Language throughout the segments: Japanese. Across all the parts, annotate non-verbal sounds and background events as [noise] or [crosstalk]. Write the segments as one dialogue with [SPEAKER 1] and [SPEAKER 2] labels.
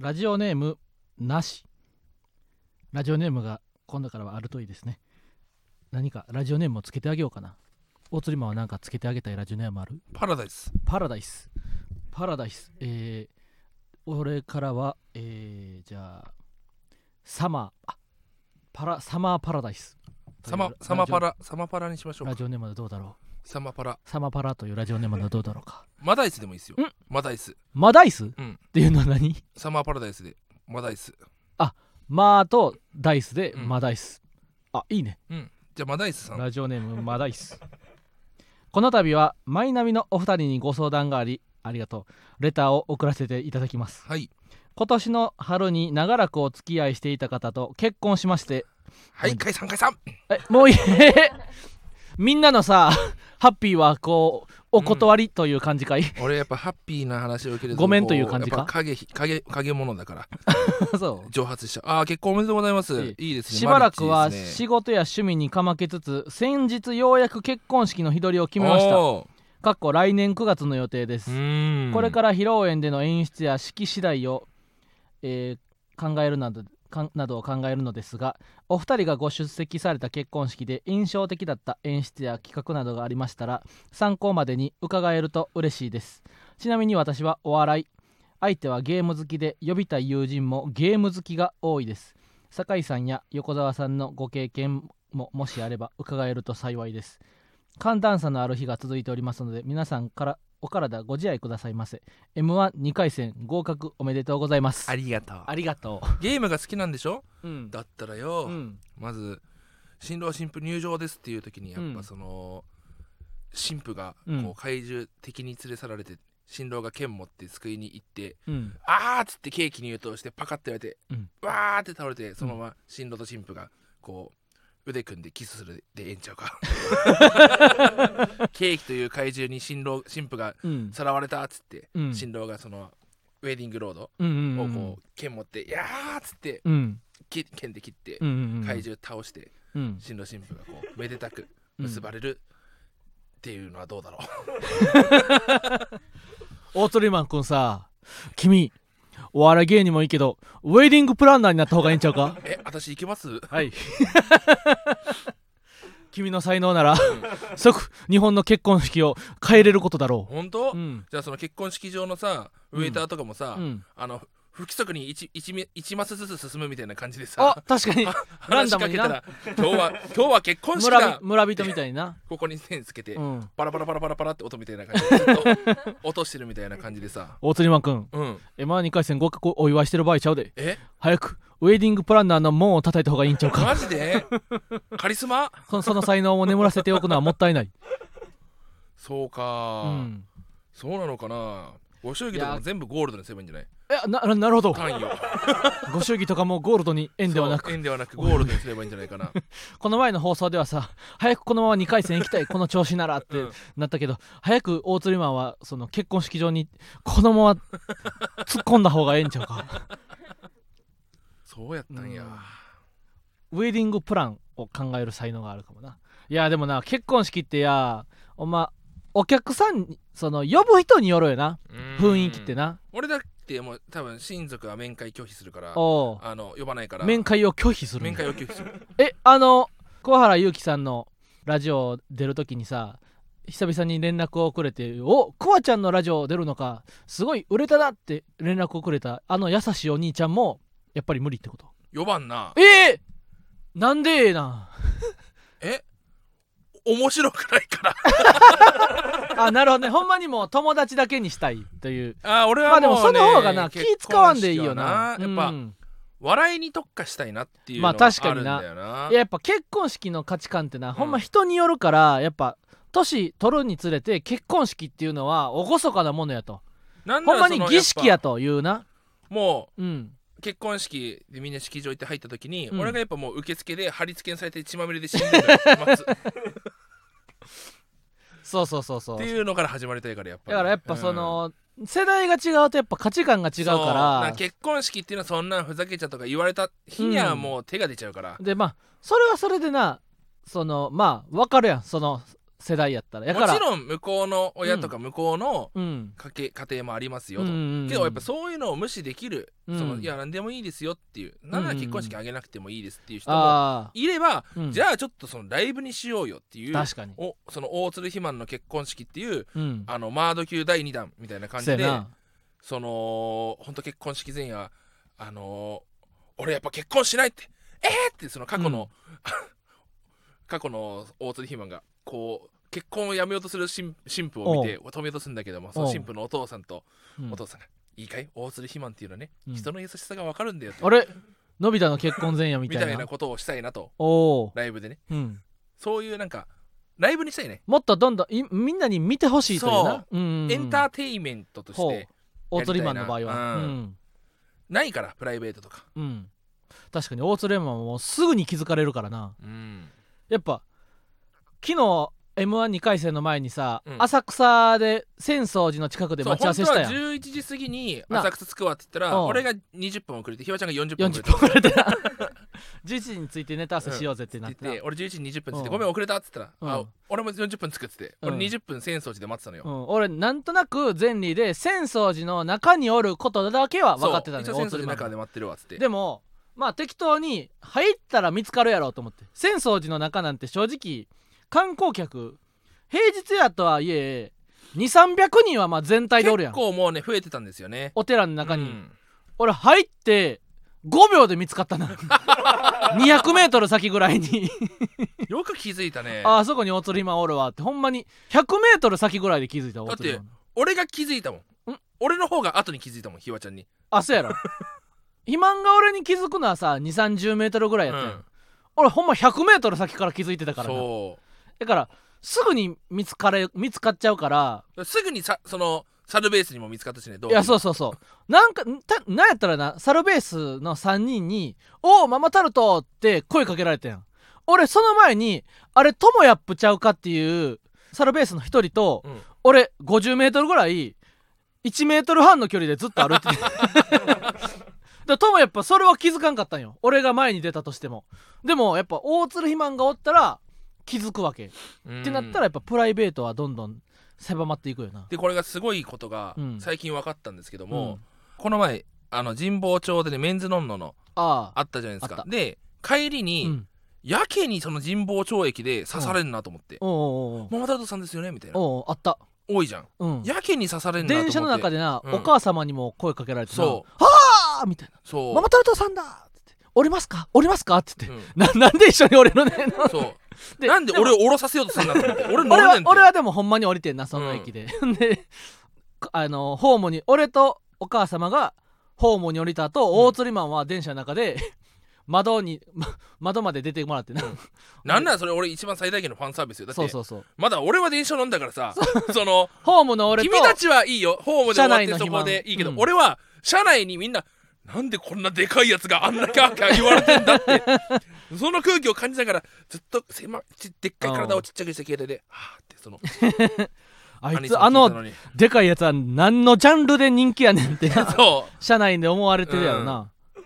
[SPEAKER 1] ラジオネームなしラジオネームが今度からはあるといいですね何かラジオネームをつけてあげようかな大釣りマンは何かつけてあげたいラジオネームある
[SPEAKER 2] パラダイス
[SPEAKER 1] パラダイスパラダイスえー、俺からはえー、じゃあサマーあパラサマーパラダイス
[SPEAKER 2] サマサマパラサマパラにしましょう
[SPEAKER 1] ラ
[SPEAKER 2] か
[SPEAKER 1] ジオネームはどうだろ
[SPEAKER 2] サマパラ
[SPEAKER 1] うサマパラというラジオネームはどうだろうか
[SPEAKER 2] マダイスでもいいですよ
[SPEAKER 1] ん
[SPEAKER 2] マダイス
[SPEAKER 1] マダイス、
[SPEAKER 2] ん
[SPEAKER 1] っていうのは何
[SPEAKER 2] サマーパラダイスでマダイス
[SPEAKER 1] マーとダイスで
[SPEAKER 2] うん
[SPEAKER 1] マダイス、あいいね
[SPEAKER 2] うんじゃあマダイスさん
[SPEAKER 1] ラジオネームマダイスこの度はマイナビのお二人にご相談がありありがとうレターを送らせていただきます
[SPEAKER 2] はい
[SPEAKER 1] 今年の春に長らくお付き合いしていた方と結婚しまして
[SPEAKER 2] はい解散解散
[SPEAKER 1] えもうい [laughs] いみんなのさハッピーはこうお断りという感じかい、
[SPEAKER 2] 俺やっぱハッピーな話を受ける
[SPEAKER 1] ごめんという感じか
[SPEAKER 2] やっぱ影ひ影影物だから
[SPEAKER 1] そう
[SPEAKER 2] 蒸発したああ結婚おめでとうございます
[SPEAKER 1] え
[SPEAKER 2] いいです
[SPEAKER 1] [laughs]
[SPEAKER 2] ね
[SPEAKER 1] しばらく
[SPEAKER 2] マ
[SPEAKER 1] は
[SPEAKER 2] ルチですね
[SPEAKER 1] 仕事や趣味にかまけつつ先日ようやく結婚式の日取りを決めました
[SPEAKER 2] おー
[SPEAKER 1] かっこ来年9月の予定です
[SPEAKER 2] うーん
[SPEAKER 1] これから披露宴での演出や式次第を、えー考えるなどかんなどを考えるのですがお二人がご出席された結婚式で印象的だった演出や企画などがありましたら参考までに伺えると嬉しいですちなみに私はお笑い相手はゲーム好きで呼びたい友人もゲーム好きが多いです酒井さんや横澤さんのご経験ももしあれば伺えると幸いです寒暖差のある日が続いておりますので皆さんからお体ご自愛くださいませ m 1 2回戦合格おめでとうございます
[SPEAKER 2] ありがとう
[SPEAKER 1] ありがと
[SPEAKER 2] ゲームが好きなんでしょ
[SPEAKER 1] ううん
[SPEAKER 2] だったらよ、
[SPEAKER 1] うん
[SPEAKER 2] まず新郎新婦入場ですっていう時にやっ
[SPEAKER 1] うん
[SPEAKER 2] ぱその、新婦が
[SPEAKER 1] うん
[SPEAKER 2] こう怪獣敵に連れ去られて新郎が剣持って救いに行って
[SPEAKER 1] うん
[SPEAKER 2] 「あー!」っつってケーキに入刀してパカッてやられて、
[SPEAKER 1] うん
[SPEAKER 2] わーって倒れてそのまま新郎と新婦がこう腕組んでキスするでええんちゃ
[SPEAKER 1] [laughs]
[SPEAKER 2] うかケーキという怪獣に新郎新婦が
[SPEAKER 1] うん
[SPEAKER 2] さらわれたっつって、
[SPEAKER 1] うん
[SPEAKER 2] 新郎がそのウェディングロードを
[SPEAKER 1] うんうんう
[SPEAKER 2] こ
[SPEAKER 1] ん
[SPEAKER 2] う剣持って「やー!」っつって
[SPEAKER 1] うん
[SPEAKER 2] き剣で切って
[SPEAKER 1] うんうんうん
[SPEAKER 2] 怪獣倒して
[SPEAKER 1] うん
[SPEAKER 2] 新郎新婦がこうめでたく結ばれるっていうのはどうだろ
[SPEAKER 1] [laughs]
[SPEAKER 2] う
[SPEAKER 1] オートリマン君さ君お笑い芸人もいいけどウェディングプランナーになった方がいいんちゃうか
[SPEAKER 2] え私いけます
[SPEAKER 1] はい君の才能なら即日本の結婚式を変えれることだろ
[SPEAKER 2] 本当
[SPEAKER 1] ううん
[SPEAKER 2] じゃあその結婚式場のさウェイターとかもさ
[SPEAKER 1] うん
[SPEAKER 2] あの不規則に 1, 一め一マスずつ進むみたいな感じで
[SPEAKER 1] あ
[SPEAKER 2] さ
[SPEAKER 1] 確かにランダ
[SPEAKER 2] 話し
[SPEAKER 1] ム
[SPEAKER 2] か
[SPEAKER 1] に
[SPEAKER 2] け
[SPEAKER 1] な
[SPEAKER 2] たら今日は今日は結婚式
[SPEAKER 1] 村
[SPEAKER 2] だ
[SPEAKER 1] び村人みたいにな
[SPEAKER 2] ここに線つけて
[SPEAKER 1] うん
[SPEAKER 2] パラパラパラパラパラって音みたいな感じ
[SPEAKER 1] [laughs]
[SPEAKER 2] でずっと落としてるみたいな感じでさ
[SPEAKER 1] 大釣りマン君
[SPEAKER 2] うん
[SPEAKER 1] M12 回戦合格お祝いしてる場合ちゃうで
[SPEAKER 2] え
[SPEAKER 1] 早くウェディングプランナーの門を叩いた方がいいんちゃう
[SPEAKER 2] [laughs]
[SPEAKER 1] か
[SPEAKER 2] マジでカリスマ
[SPEAKER 1] そその才能を眠らせておくのはもったいない、
[SPEAKER 2] そう
[SPEAKER 1] う
[SPEAKER 2] か、
[SPEAKER 1] ん、
[SPEAKER 2] そうなのかなご祝儀とかも全部ゴールドにすればいいんじゃない
[SPEAKER 1] いやなななるほど
[SPEAKER 2] 単位を
[SPEAKER 1] ご祝儀とかもゴールドに円ではな
[SPEAKER 2] そう
[SPEAKER 1] く
[SPEAKER 2] 円ではなくゴールドにすればいいんじゃないかな
[SPEAKER 1] この前の放送ではさ早くこのまま2回戦行きたいこの調子ならって
[SPEAKER 2] うん
[SPEAKER 1] なったけど、早く大釣りマンはその結婚式場にこのまま突っ込んだ方がええんちゃうか
[SPEAKER 2] [laughs] そうやったんや、
[SPEAKER 1] うんウェディングプランを考える才能があるかもないやでもな結婚式ってやおまお客さんにその呼ぶ人によるよな
[SPEAKER 2] うん
[SPEAKER 1] 雰囲気ってな
[SPEAKER 2] 俺だってもう多分親族は面会拒否するから
[SPEAKER 1] おう
[SPEAKER 2] あの呼ばないから
[SPEAKER 1] 面会を拒否するん
[SPEAKER 2] 面
[SPEAKER 1] や
[SPEAKER 2] 会を拒否する
[SPEAKER 1] えあの桑原祐希さんのラジオ出るときにさ久々に連絡をくれて「おクワちゃんのラジオ出るのかすごい売れたな」って連絡をくれたあの優しいお兄ちゃんもやっぱり無理ってこと
[SPEAKER 2] 呼ばんな
[SPEAKER 1] ええなんでええな
[SPEAKER 2] え面白くないから
[SPEAKER 1] あなるほどねほんまにもう友達だけにしたいという
[SPEAKER 2] [laughs] あー俺
[SPEAKER 1] ま
[SPEAKER 2] は
[SPEAKER 1] あでも
[SPEAKER 2] も、
[SPEAKER 1] そう
[SPEAKER 2] ね、
[SPEAKER 1] の方がな気
[SPEAKER 2] 結婚式
[SPEAKER 1] 使わんでいいよな
[SPEAKER 2] はやっぱ、
[SPEAKER 1] うん
[SPEAKER 2] 笑いに特化したいなっていう
[SPEAKER 1] ま
[SPEAKER 2] の
[SPEAKER 1] あ
[SPEAKER 2] が
[SPEAKER 1] 確か
[SPEAKER 2] ある
[SPEAKER 1] に
[SPEAKER 2] ん
[SPEAKER 1] な
[SPEAKER 2] だよな、
[SPEAKER 1] いややっぱ結婚式の価値観ってな、ほんま
[SPEAKER 2] うん
[SPEAKER 1] 人によるからやっぱ年取るにつれて結婚式っていうのは厳かなものやと
[SPEAKER 2] なんな
[SPEAKER 1] ほん
[SPEAKER 2] ら
[SPEAKER 1] ま
[SPEAKER 2] そ
[SPEAKER 1] に
[SPEAKER 2] の
[SPEAKER 1] 儀式や
[SPEAKER 2] っ
[SPEAKER 1] というな
[SPEAKER 2] ぱも
[SPEAKER 1] うん
[SPEAKER 2] う結婚式でみんな式場行って入った時に、
[SPEAKER 1] うん
[SPEAKER 2] 俺がやっぱもう受付で貼り付けにされて血まみれで死んでる [laughs] 待つ
[SPEAKER 1] そうそうそうそう
[SPEAKER 2] っていうのから始まりたいからやっぱり
[SPEAKER 1] だからやっぱその、世代が違うとやっぱ価値観が違
[SPEAKER 2] うん
[SPEAKER 1] うから
[SPEAKER 2] そうなん結婚式っていうのはそんなんふざけちゃとか言われた日にはもう手が出ちゃうから、
[SPEAKER 1] でまあそれはそれでなそのまあわかるやんその世代やったらやか
[SPEAKER 2] も
[SPEAKER 1] ら
[SPEAKER 2] ちろん向こうの親とか向こうの
[SPEAKER 1] うん
[SPEAKER 2] 家計家庭もありますよ
[SPEAKER 1] うん
[SPEAKER 2] と、
[SPEAKER 1] うんうん
[SPEAKER 2] けどやっぱそういうのを無視できる、
[SPEAKER 1] うん
[SPEAKER 2] そのいや何でもいいですよっていうなんなら結婚式あげなくてもいいですっていう人も
[SPEAKER 1] あ
[SPEAKER 2] いれば、
[SPEAKER 1] あ、うん
[SPEAKER 2] じゃあちょっとそのライブにしようよっていう
[SPEAKER 1] 確かに
[SPEAKER 2] おその大鶴肥満の結婚式っていう
[SPEAKER 1] うん
[SPEAKER 2] あのマード級第2弾みたいな感
[SPEAKER 1] そ
[SPEAKER 2] じ
[SPEAKER 1] う
[SPEAKER 2] で
[SPEAKER 1] やな
[SPEAKER 2] その本当結婚式前夜あのー俺やっぱ結婚しないってえー、ってその過去の、 [laughs] 過去の大鶴ひまがこう結婚をやめようとする新新婦を見て止めようとするんだけどもその新婦のお父さんと
[SPEAKER 1] うん
[SPEAKER 2] お父さんが「いいかい大鶴ひまんっていうのはね、
[SPEAKER 1] うん
[SPEAKER 2] 人の優しさがわかるんだよ」と
[SPEAKER 1] あれのび太の結婚前夜み
[SPEAKER 2] み
[SPEAKER 1] たい
[SPEAKER 2] た
[SPEAKER 1] ない
[SPEAKER 2] なことをしたいなと
[SPEAKER 1] おお、
[SPEAKER 2] ライブでね
[SPEAKER 1] うん、
[SPEAKER 2] そういうなんかライブにしたいね、
[SPEAKER 1] もっとどんどんいみんなに見てほしいというな、
[SPEAKER 2] そう
[SPEAKER 1] んうん、
[SPEAKER 2] エンタ
[SPEAKER 1] ー
[SPEAKER 2] ーテインメントとし
[SPEAKER 1] ほ
[SPEAKER 2] て
[SPEAKER 1] うオートリマンの場合は
[SPEAKER 2] う
[SPEAKER 1] うんん、
[SPEAKER 2] ないからプライベートとか、
[SPEAKER 1] うん、確かにオートリマンはもうすぐに気づかれるからな
[SPEAKER 2] うん、
[SPEAKER 1] やっぱ昨日 m 1 2回戦の前にさ、
[SPEAKER 2] うん
[SPEAKER 1] 浅草で浅草寺の近くで
[SPEAKER 2] そう
[SPEAKER 1] 待ち合わせしたやん
[SPEAKER 2] 本当は11時過ぎに
[SPEAKER 1] な
[SPEAKER 2] 浅草着くわって言った
[SPEAKER 1] う
[SPEAKER 2] ら
[SPEAKER 1] ん
[SPEAKER 2] 俺が20分遅れてひわちゃんが40分
[SPEAKER 1] 40
[SPEAKER 2] 遅れて
[SPEAKER 1] 分くらいでな [laughs] 11時についてネタ合わせしようぜってな
[SPEAKER 2] 言
[SPEAKER 1] っ
[SPEAKER 2] って
[SPEAKER 1] な
[SPEAKER 2] て俺11時20分つって
[SPEAKER 1] うん
[SPEAKER 2] ごめん遅れたって言ったら
[SPEAKER 1] う
[SPEAKER 2] あ
[SPEAKER 1] ん
[SPEAKER 2] 俺も40分つくっつって
[SPEAKER 1] う
[SPEAKER 2] 俺
[SPEAKER 1] ん
[SPEAKER 2] 20分浅草寺で待ってたの
[SPEAKER 1] う
[SPEAKER 2] よ
[SPEAKER 1] ん、俺なんとなく前理で浅草寺の中におることだけは分かってたの
[SPEAKER 2] そ
[SPEAKER 1] よ
[SPEAKER 2] う一応
[SPEAKER 1] 大
[SPEAKER 2] 浅草
[SPEAKER 1] 鶴
[SPEAKER 2] 寺の
[SPEAKER 1] マンが
[SPEAKER 2] 中で待ってるわっつって
[SPEAKER 1] でもまあ適当に入ったら見つかるやろうと思って浅草寺の中なんて正直観光客平日やとはいえ2300人はまあ全体でおるや
[SPEAKER 2] 結
[SPEAKER 1] ん
[SPEAKER 2] 構もうね増えてたんですよね
[SPEAKER 1] お寺の中に、
[SPEAKER 2] うん
[SPEAKER 1] 俺入って5秒で見つかったな [laughs] 200m 先ぐらいに
[SPEAKER 2] よく気づいたね
[SPEAKER 1] ああそこにお釣りマンおるわってほんまに 100m 先ぐらいで気づいたわ
[SPEAKER 2] だ
[SPEAKER 1] お
[SPEAKER 2] って
[SPEAKER 1] 釣りマン
[SPEAKER 2] 俺が気づいたもん
[SPEAKER 1] うん
[SPEAKER 2] 俺の方が後に気づいたもんひわちゃんに
[SPEAKER 1] あそうやろ肥満が俺に気づくのはさ2 3 0ルぐらいやったやん、
[SPEAKER 2] うん
[SPEAKER 1] 俺ほんま 100m 先から気づいてたからな
[SPEAKER 2] そ
[SPEAKER 1] だからすぐに見つかれ見つかっちゃうから
[SPEAKER 2] うすぐにさそのサルベースにも見つかったしねど
[SPEAKER 1] いやそううそうそうなんかたなんやったらなサルベースの3人に「おおママタルト!」って声かけられたやん俺その前にあれトモヤップちゃうかっていうサルベースの1人と
[SPEAKER 2] うん
[SPEAKER 1] 俺 50m ぐらい 1m 半の距離でずっと歩いてて [laughs] だトモやっぱそれは気づかんかったんよ俺が前に出たとしてもでもやっぱ大鶴肥満がおったら気づくわけ
[SPEAKER 2] うん
[SPEAKER 1] ってなったらやっぱプライベートはどんどん狭まっていくよな。
[SPEAKER 2] でこれがすごいことが
[SPEAKER 1] うん
[SPEAKER 2] 最近分かったんですけど
[SPEAKER 1] う
[SPEAKER 2] も
[SPEAKER 1] ん、
[SPEAKER 2] この前あの神保町でねメンズノンノの
[SPEAKER 1] ああ
[SPEAKER 2] あったじゃないです
[SPEAKER 1] あ
[SPEAKER 2] か
[SPEAKER 1] っ
[SPEAKER 2] で帰りに、
[SPEAKER 1] うん、
[SPEAKER 2] やけにその神保町駅で刺されんなと思って
[SPEAKER 1] おうおうおう
[SPEAKER 2] 「ママタルトさんですよね」みたいな
[SPEAKER 1] おうあった、
[SPEAKER 2] 多いじゃん
[SPEAKER 1] うん、
[SPEAKER 2] やけに刺されんなと思って
[SPEAKER 1] 電車の中でな、
[SPEAKER 2] うん
[SPEAKER 1] お母様にも声かけられてな
[SPEAKER 2] そう
[SPEAKER 1] 「はあ!」みたいな「
[SPEAKER 2] そう
[SPEAKER 1] ママタルトさんだ!」って言って「おりますかおりますか?」って言って、
[SPEAKER 2] うん
[SPEAKER 1] ななん [laughs] で一緒に俺のね
[SPEAKER 2] そう
[SPEAKER 1] [laughs] で
[SPEAKER 2] なんで俺を降ろさせようとするんだと
[SPEAKER 1] [laughs]
[SPEAKER 2] 思って俺乗
[SPEAKER 1] 俺
[SPEAKER 2] るねん
[SPEAKER 1] は
[SPEAKER 2] って
[SPEAKER 1] 俺はでもほんまに降りてんなその駅で、 [laughs] であのホームに俺とお母様がホームに降りた後、
[SPEAKER 2] ん
[SPEAKER 1] 大釣りマンは電車の中で [laughs] 窓に、ま窓まで出てもらってな、
[SPEAKER 2] なんならそれ俺一番最大限のファンサービスよだって
[SPEAKER 1] そうそうそう
[SPEAKER 2] まだ俺は電車乗んだからさその
[SPEAKER 1] ホームの俺と
[SPEAKER 2] 君たちはいいよホームで終わっ
[SPEAKER 1] 車内
[SPEAKER 2] て
[SPEAKER 1] の
[SPEAKER 2] そ
[SPEAKER 1] 肥満
[SPEAKER 2] こでいいけど、
[SPEAKER 1] うん
[SPEAKER 2] 俺は車内にみんななんでこんなでかいやつがあんなキャーキャー言われてんだって
[SPEAKER 1] [laughs]
[SPEAKER 2] その空気を感じながらずっと狭いちでっかい体をちっちゃくして
[SPEAKER 1] [laughs]
[SPEAKER 2] 携帯で「はあ」ってその
[SPEAKER 1] あ
[SPEAKER 2] ア
[SPEAKER 1] い
[SPEAKER 2] ニ
[SPEAKER 1] つ
[SPEAKER 2] ソン
[SPEAKER 1] あ
[SPEAKER 2] 聞い
[SPEAKER 1] の
[SPEAKER 2] たに
[SPEAKER 1] でかいやつは何のジャンルで人気やね
[SPEAKER 2] [laughs]
[SPEAKER 1] んって
[SPEAKER 2] そ
[SPEAKER 1] 社内で思われてるやろな、
[SPEAKER 2] う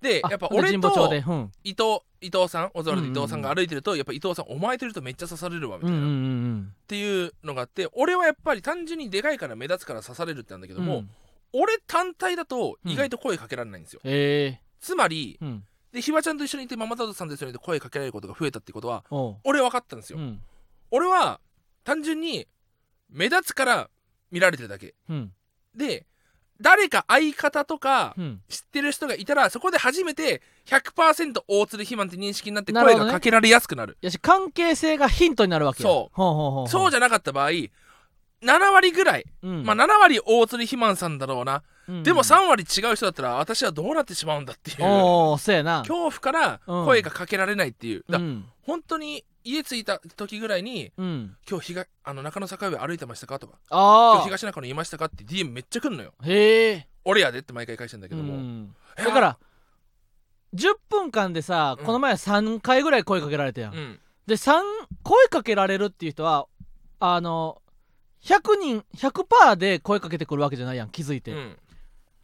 [SPEAKER 2] で
[SPEAKER 1] あ
[SPEAKER 2] やっぱ
[SPEAKER 1] で
[SPEAKER 2] 俺
[SPEAKER 1] 神保町
[SPEAKER 2] と
[SPEAKER 1] でうん
[SPEAKER 2] 伊藤伊藤さんオズワルド
[SPEAKER 1] うんうん
[SPEAKER 2] 伊
[SPEAKER 1] うん
[SPEAKER 2] 藤さんが歩いてるとやっぱ伊藤さんお前といるとめっちゃ刺されるわみ
[SPEAKER 1] う
[SPEAKER 2] た
[SPEAKER 1] ん
[SPEAKER 2] い
[SPEAKER 1] うん
[SPEAKER 2] な、
[SPEAKER 1] う
[SPEAKER 2] っ
[SPEAKER 1] ん
[SPEAKER 2] ていうのがあって俺はやっぱり単純にでかいから目立つから刺されるってなんだけ
[SPEAKER 1] う
[SPEAKER 2] ど
[SPEAKER 1] ん
[SPEAKER 2] も、
[SPEAKER 1] うん
[SPEAKER 2] 俺単体だと意外と声かけられないんですよ、
[SPEAKER 1] え
[SPEAKER 2] つまり
[SPEAKER 1] えうん
[SPEAKER 2] でひわちゃんと一緒にいてママタルトさんですよねって声かけられることが増えたってことは
[SPEAKER 1] おう
[SPEAKER 2] 俺分かったんですよ、
[SPEAKER 1] うん
[SPEAKER 2] 俺は単純に目立つから見られてるだけ
[SPEAKER 1] うん
[SPEAKER 2] で誰か相方とか
[SPEAKER 1] うん
[SPEAKER 2] 知ってる人がいたらそこで初めて100%大鶴肥満って認識になって
[SPEAKER 1] なる
[SPEAKER 2] 声
[SPEAKER 1] ほどね
[SPEAKER 2] がかけられやすくなる
[SPEAKER 1] やし関係性がヒントになるわけや
[SPEAKER 2] そう
[SPEAKER 1] ほうほうほう
[SPEAKER 2] そうじゃなかった場合7割ぐらい、
[SPEAKER 1] ゃ、うん
[SPEAKER 2] まあ7割大鶴肥満さんだろうな、
[SPEAKER 1] うん
[SPEAKER 2] でも3割違う人だったら私はどうなってしまうんだっていう恐
[SPEAKER 1] おおそうやな
[SPEAKER 2] 怖から声がかけられないっていう、だ
[SPEAKER 1] う
[SPEAKER 2] から
[SPEAKER 1] ん
[SPEAKER 2] 本当に家着いた時ぐらいに
[SPEAKER 1] うん
[SPEAKER 2] 今日東あの中野坂上歩いてましたかとか今
[SPEAKER 1] あ
[SPEAKER 2] 日東中野いましたかって DM めっちゃ来んのよ
[SPEAKER 1] あへえ
[SPEAKER 2] 俺やでって毎回返してんだけど
[SPEAKER 1] う
[SPEAKER 2] も、
[SPEAKER 1] ん
[SPEAKER 2] えー
[SPEAKER 1] だから10分間でさ
[SPEAKER 2] うん
[SPEAKER 1] この前3回ぐらい声かけられたやん
[SPEAKER 2] うん
[SPEAKER 1] で3声かけられるっていう人はあの100人100%で声かけてくるわけじゃないやん気づいうて、
[SPEAKER 2] ん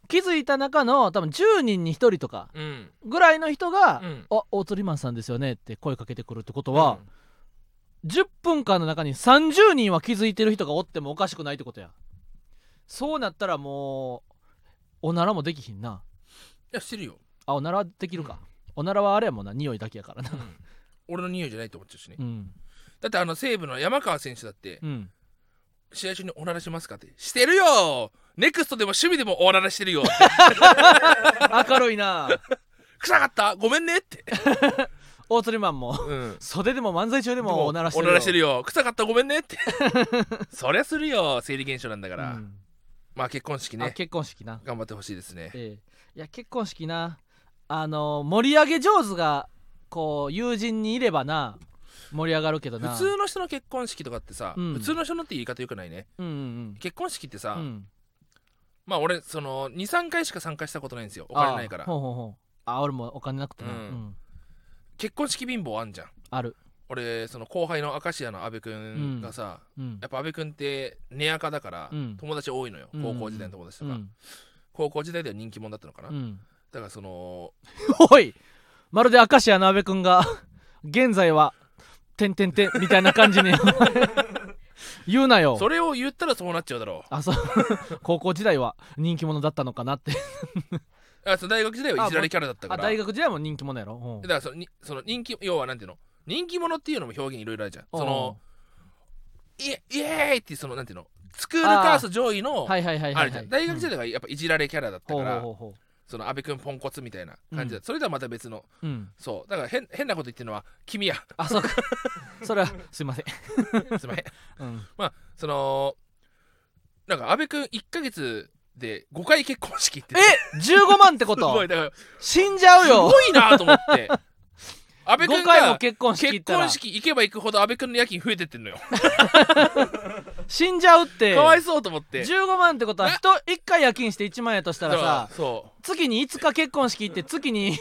[SPEAKER 1] 気づいた中の多分10人に1人とか
[SPEAKER 2] うん
[SPEAKER 1] ぐらいの人が「
[SPEAKER 2] うん
[SPEAKER 1] あ大鳥マンさんですよね」って声かけてくるってことは、 10分間の中に30人は気づいてる人がおってもおかしくないってことやそうなったらもうおならもできひんない
[SPEAKER 2] やしてるよ、
[SPEAKER 1] あおならはできるか、おならはあれやもんな匂いだけやからな
[SPEAKER 2] うん俺の匂いじゃないと思っちゃうしね、
[SPEAKER 1] うん
[SPEAKER 2] だってあの西武の山川選手だって、
[SPEAKER 1] うん
[SPEAKER 2] 試合中におならしますかってしてるよネクストでも趣味でもおならしてる
[SPEAKER 1] [laughs]
[SPEAKER 2] よ
[SPEAKER 1] 明るいな
[SPEAKER 2] 臭かったごめんねって、
[SPEAKER 1] 大釣りマンも
[SPEAKER 2] うん、
[SPEAKER 1] 袖でも漫才中で
[SPEAKER 2] で
[SPEAKER 1] もおならしてるよ
[SPEAKER 2] よ臭かったごめんねって
[SPEAKER 1] [laughs]
[SPEAKER 2] そりゃするよ生理現象なんだか
[SPEAKER 1] う
[SPEAKER 2] ら、
[SPEAKER 1] ん
[SPEAKER 2] まあ結婚式
[SPEAKER 1] あ
[SPEAKER 2] ね
[SPEAKER 1] 結婚式な
[SPEAKER 2] 頑張ってほしいですね
[SPEAKER 1] ええいや結婚式なあの盛り上げ上手がこう友人にいればな盛り上がるけどな
[SPEAKER 2] 普通の人の結婚式とかってさ、
[SPEAKER 1] うん
[SPEAKER 2] 普通の人のって言い方よくないね
[SPEAKER 1] うんうん
[SPEAKER 2] 結婚式ってさ、
[SPEAKER 1] うんうん
[SPEAKER 2] まあ俺その23回しか参加したことないんですよお金ないか
[SPEAKER 1] あ
[SPEAKER 2] ら
[SPEAKER 1] ほうほうほうあ俺もお金なくてな、う
[SPEAKER 2] うんん結婚式貧乏あんじゃん
[SPEAKER 1] ある
[SPEAKER 2] 俺その後輩の明石家の阿部君がさ、
[SPEAKER 1] うん
[SPEAKER 2] やっぱ阿部君って根垢だから、
[SPEAKER 1] うん
[SPEAKER 2] 友達多いのよ
[SPEAKER 1] うん
[SPEAKER 2] 高校時代の友達と
[SPEAKER 1] う
[SPEAKER 2] か、
[SPEAKER 1] ん
[SPEAKER 2] 高校時代では人気者だったのかな、
[SPEAKER 1] う
[SPEAKER 2] だ
[SPEAKER 1] ん
[SPEAKER 2] からその
[SPEAKER 1] おいまるで明石家の阿部君が [laughs] 現在は「てんてんてん」みたいな感
[SPEAKER 2] [laughs]
[SPEAKER 1] じに言うなよ
[SPEAKER 2] それを言ったらそうなっちゃうだろ
[SPEAKER 1] あそう [laughs] 高校時代は人気者だったのかなって
[SPEAKER 2] うあそう大学時代はいじられキャラだった
[SPEAKER 1] あ
[SPEAKER 2] から
[SPEAKER 1] 大
[SPEAKER 2] だか
[SPEAKER 1] 学時代も人気者やろ、うん
[SPEAKER 2] らそのにその人気要はなんていうの人気者っていうのも表現いろいろあるじゃんそのイエイエーイっていうそのなんていうのスクールカースト上位の
[SPEAKER 1] はいはいはい
[SPEAKER 2] あ
[SPEAKER 1] はい、
[SPEAKER 2] るじ
[SPEAKER 1] は
[SPEAKER 2] ゃ
[SPEAKER 1] い、
[SPEAKER 2] ん大学時代はやっぱいじられキャラだった
[SPEAKER 1] ほ
[SPEAKER 2] か
[SPEAKER 1] うほう
[SPEAKER 2] ら、
[SPEAKER 1] ほうほ
[SPEAKER 2] その阿部君ポンコツみたいな感じだ、
[SPEAKER 1] う
[SPEAKER 2] それとはまた別の
[SPEAKER 1] う、うん、
[SPEAKER 2] そうだから変変なこと言ってるのは君や [laughs]
[SPEAKER 1] あそうか [laughs] それはすいません、
[SPEAKER 2] すいません
[SPEAKER 1] うん、
[SPEAKER 2] そのなんか阿部君1ヶ月で5回結婚式行ってて
[SPEAKER 1] え15万ってこ
[SPEAKER 2] すご
[SPEAKER 1] と
[SPEAKER 2] いだから
[SPEAKER 1] 死んじゃう
[SPEAKER 2] す
[SPEAKER 1] よ
[SPEAKER 2] ごいなと思って阿部
[SPEAKER 1] 5
[SPEAKER 2] 君
[SPEAKER 1] 回も
[SPEAKER 2] が
[SPEAKER 1] 結婚式行
[SPEAKER 2] 結
[SPEAKER 1] ったら
[SPEAKER 2] 婚式行けば行くほど阿部君の夜勤増えてってんのよ、
[SPEAKER 1] 死んじゃうって
[SPEAKER 2] かわいそうと思って
[SPEAKER 1] 15万ってことは
[SPEAKER 2] な
[SPEAKER 1] 人1回夜勤して1万やとしたらさ
[SPEAKER 2] そ
[SPEAKER 1] 月に5日結婚式行って月に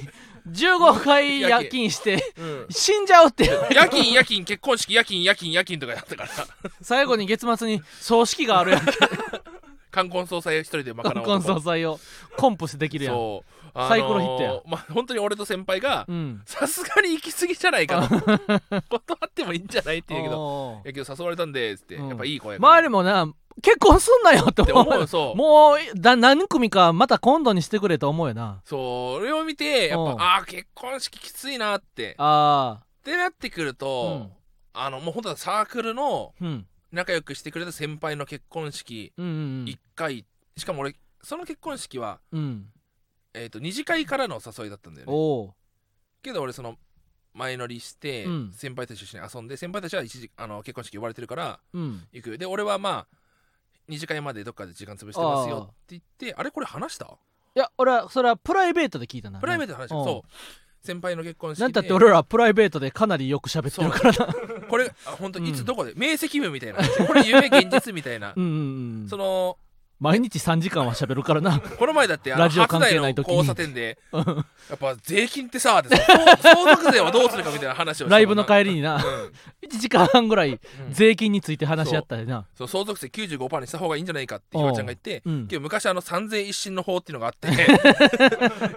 [SPEAKER 1] 15回
[SPEAKER 2] 夜勤
[SPEAKER 1] 夜勤して
[SPEAKER 2] う、うん、
[SPEAKER 1] 死んじゃうって
[SPEAKER 2] 夜勤夜勤結婚式夜勤夜勤夜勤とかやったから
[SPEAKER 1] [laughs] 最後に月末に葬式があるやん
[SPEAKER 2] [laughs] 冠婚葬祭を一人で賄おう
[SPEAKER 1] 冠婚葬祭をコンプしてできるやん
[SPEAKER 2] そう、あのー
[SPEAKER 1] サイコロヒットや
[SPEAKER 2] まあ本当に俺と先輩が
[SPEAKER 1] うん
[SPEAKER 2] さすがに行き過ぎじゃないかと
[SPEAKER 1] [laughs]
[SPEAKER 2] 断ってもいいんじゃないって言うけど
[SPEAKER 1] おー
[SPEAKER 2] 野球誘われたんでっつって、
[SPEAKER 1] うん
[SPEAKER 2] やっぱいい子やから
[SPEAKER 1] 周りもな結婚すんなよって
[SPEAKER 2] って
[SPEAKER 1] 思う
[SPEAKER 2] 思
[SPEAKER 1] [laughs]
[SPEAKER 2] うそう
[SPEAKER 1] もうだ何組かまた今度にしてくれと思うよな
[SPEAKER 2] そうそれを見てやっぱ
[SPEAKER 1] うん
[SPEAKER 2] ああー結婚式きついなってっ
[SPEAKER 1] あ
[SPEAKER 2] てなってくる
[SPEAKER 1] あう
[SPEAKER 2] と
[SPEAKER 1] ん、
[SPEAKER 2] あのもう本当はサークルの
[SPEAKER 1] うん
[SPEAKER 2] 仲良くしてくれた先輩の結婚式
[SPEAKER 1] うんうん
[SPEAKER 2] 1回、しかも俺その結婚式は、
[SPEAKER 1] うんうん
[SPEAKER 2] えー、と二次会からのお誘いだったんだよ
[SPEAKER 1] お
[SPEAKER 2] ね
[SPEAKER 1] お
[SPEAKER 2] けど俺その前乗りして、
[SPEAKER 1] うん
[SPEAKER 2] 先輩たちと一緒に遊んで先輩たちは一時あの結婚式呼ばれてるから
[SPEAKER 1] ーうん
[SPEAKER 2] 行くで俺はまあ二次会までどっかで時間潰してますよって言ってあれこれ話した
[SPEAKER 1] いや俺はそれはプライベートで聞いたな
[SPEAKER 2] プライベートの話
[SPEAKER 1] うん
[SPEAKER 2] そう先輩の結婚式で
[SPEAKER 1] なんたって俺らはプライベートでかなりよく喋ってるからな
[SPEAKER 2] これあ本当
[SPEAKER 1] うん
[SPEAKER 2] いつどこで、明晰夢みたいなこれ夢現実みたいな
[SPEAKER 1] [laughs] うんうんうん
[SPEAKER 2] その
[SPEAKER 1] 毎日3時間は喋るから
[SPEAKER 2] [laughs]
[SPEAKER 1] な
[SPEAKER 2] この前だってあの
[SPEAKER 1] ラジオ
[SPEAKER 2] 初
[SPEAKER 1] 関
[SPEAKER 2] 台
[SPEAKER 1] 係
[SPEAKER 2] の
[SPEAKER 1] ない時に
[SPEAKER 2] 交差点
[SPEAKER 1] [laughs]
[SPEAKER 2] でやっぱ税金ってさってさ相相続税はどうするかみたいな話をした
[SPEAKER 1] ライブの
[SPEAKER 2] 会
[SPEAKER 1] 帰りにな [laughs]
[SPEAKER 2] [laughs] うん
[SPEAKER 1] 1時間半ぐらい
[SPEAKER 2] うん
[SPEAKER 1] 税金について話し合ったりな
[SPEAKER 2] そう相続税95%にした方がいいんじゃないかってひわちゃんが言って、
[SPEAKER 1] うん
[SPEAKER 2] けど昔あの三税一新の法っていうのがあ
[SPEAKER 1] [laughs]
[SPEAKER 2] って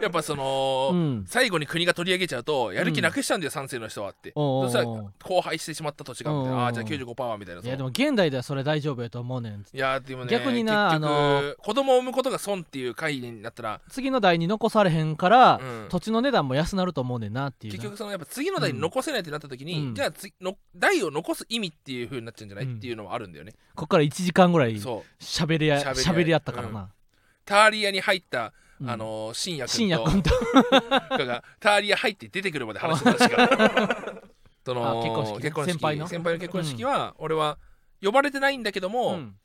[SPEAKER 2] やっぱその、
[SPEAKER 1] うん
[SPEAKER 2] 最後に国が取り上げちゃうとやる気なくしちゃうんだよ、賛成の人はって
[SPEAKER 1] おうおうお
[SPEAKER 2] そうしたら荒廃してしまった土地がみ
[SPEAKER 1] おう
[SPEAKER 2] たい
[SPEAKER 1] おう
[SPEAKER 2] なああーじゃあ95%はみたいないい
[SPEAKER 1] やでも現代ではそれ大丈夫やと思うねん
[SPEAKER 2] いやーでもね
[SPEAKER 1] 逆にな
[SPEAKER 2] 結局、
[SPEAKER 1] あの
[SPEAKER 2] 子供を産むことが損っていう会になったら、
[SPEAKER 1] 次の代に残されへんから
[SPEAKER 2] うん
[SPEAKER 1] 土地の値段も安なると思うねんなっていうな
[SPEAKER 2] 結局そのやっぱ次の代に残せないってなった時に、
[SPEAKER 1] うん
[SPEAKER 2] じゃあ次の代を残す意味っていう風になっちゃうんじゃない、
[SPEAKER 1] うん
[SPEAKER 2] っていうのもあるんだよね、
[SPEAKER 1] こっから1時間ぐらい
[SPEAKER 2] そう
[SPEAKER 1] 喋りや
[SPEAKER 2] 喋り合
[SPEAKER 1] 喋
[SPEAKER 2] い
[SPEAKER 1] り合ったからな、
[SPEAKER 2] ターリアに入った、
[SPEAKER 1] うん
[SPEAKER 2] あのー深夜
[SPEAKER 1] 深
[SPEAKER 2] 君
[SPEAKER 1] 夜
[SPEAKER 2] と
[SPEAKER 1] 君と
[SPEAKER 2] かがターリア入って出てくるまで話してたしか
[SPEAKER 1] [laughs]
[SPEAKER 2] その
[SPEAKER 1] あ結婚式ね先輩
[SPEAKER 2] 先輩
[SPEAKER 1] の
[SPEAKER 2] の結婚式は、俺は呼ばれてないんだけども、
[SPEAKER 1] うん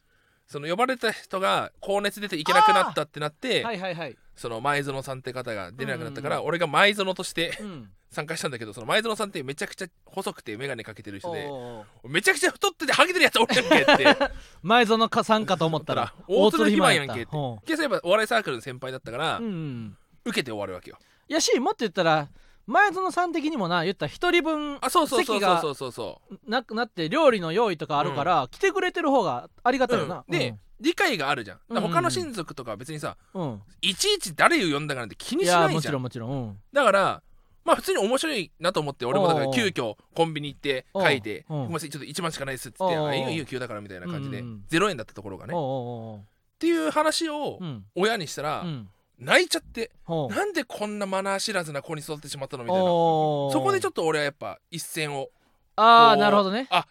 [SPEAKER 2] その呼ばれた人が高熱出て行けなくなったってなって、
[SPEAKER 1] はいはいはい、
[SPEAKER 2] その前園さんって方が出なくなったから、
[SPEAKER 1] うん
[SPEAKER 2] 俺が前園として
[SPEAKER 1] うん、
[SPEAKER 2] 参加したんだけどその前園さんってめちゃくちゃ細くて眼鏡かけてる人で
[SPEAKER 1] おうおうおう
[SPEAKER 2] めちゃくちゃ太っててハゲてるやつおるやんけって
[SPEAKER 1] [laughs] 前園かさんかと思ったら
[SPEAKER 2] [laughs] 大鶴肥満やんけって
[SPEAKER 1] ほ
[SPEAKER 2] けどやっぱお笑いサークルの先輩だったから、
[SPEAKER 1] ううんうん
[SPEAKER 2] 受けて終わるわけよ
[SPEAKER 1] やしもっと言ったら前園さん的にもな言ったら一人分
[SPEAKER 2] あそうそうそ
[SPEAKER 1] 席
[SPEAKER 2] う
[SPEAKER 1] が
[SPEAKER 2] そうそうそ
[SPEAKER 1] なくなって料理の用意とかあるから、来てくれてる方がありが
[SPEAKER 2] う、
[SPEAKER 1] たいよ
[SPEAKER 2] うん
[SPEAKER 1] な、、
[SPEAKER 2] で理解があるじゃんだから他の親族とかは別にさ
[SPEAKER 1] うん、うん
[SPEAKER 2] いちいち誰を呼んだかなんて気に
[SPEAKER 1] い
[SPEAKER 2] し
[SPEAKER 1] や
[SPEAKER 2] な
[SPEAKER 1] も
[SPEAKER 2] い
[SPEAKER 1] ち
[SPEAKER 2] じゃ
[SPEAKER 1] ろん
[SPEAKER 2] ん
[SPEAKER 1] もちろん、うん
[SPEAKER 2] だからまあ普通に面白いなと思って俺もだから
[SPEAKER 1] おう
[SPEAKER 2] 急遽コンビニ行って書いて「
[SPEAKER 1] おう
[SPEAKER 2] ご
[SPEAKER 1] うん
[SPEAKER 2] めんなさいちょっと1万しかないです」っつって「
[SPEAKER 1] おう
[SPEAKER 2] あいいよいいよ急だから」みたいな感じで
[SPEAKER 1] うんうん
[SPEAKER 2] 0円だったところがねっ
[SPEAKER 1] おうおうおう
[SPEAKER 2] ていう話を
[SPEAKER 1] うん
[SPEAKER 2] 親にした
[SPEAKER 1] う
[SPEAKER 2] ら
[SPEAKER 1] ん
[SPEAKER 2] 泣いちゃって [laughs]
[SPEAKER 1] ほう
[SPEAKER 2] なんでこんなマナー知らずな子に育ってしまったのみたいな
[SPEAKER 1] お
[SPEAKER 2] そこでちょ
[SPEAKER 1] っ
[SPEAKER 2] っと俺はやっぱ一線を
[SPEAKER 1] とああ
[SPEAKER 2] こう
[SPEAKER 1] なるほどね
[SPEAKER 2] あ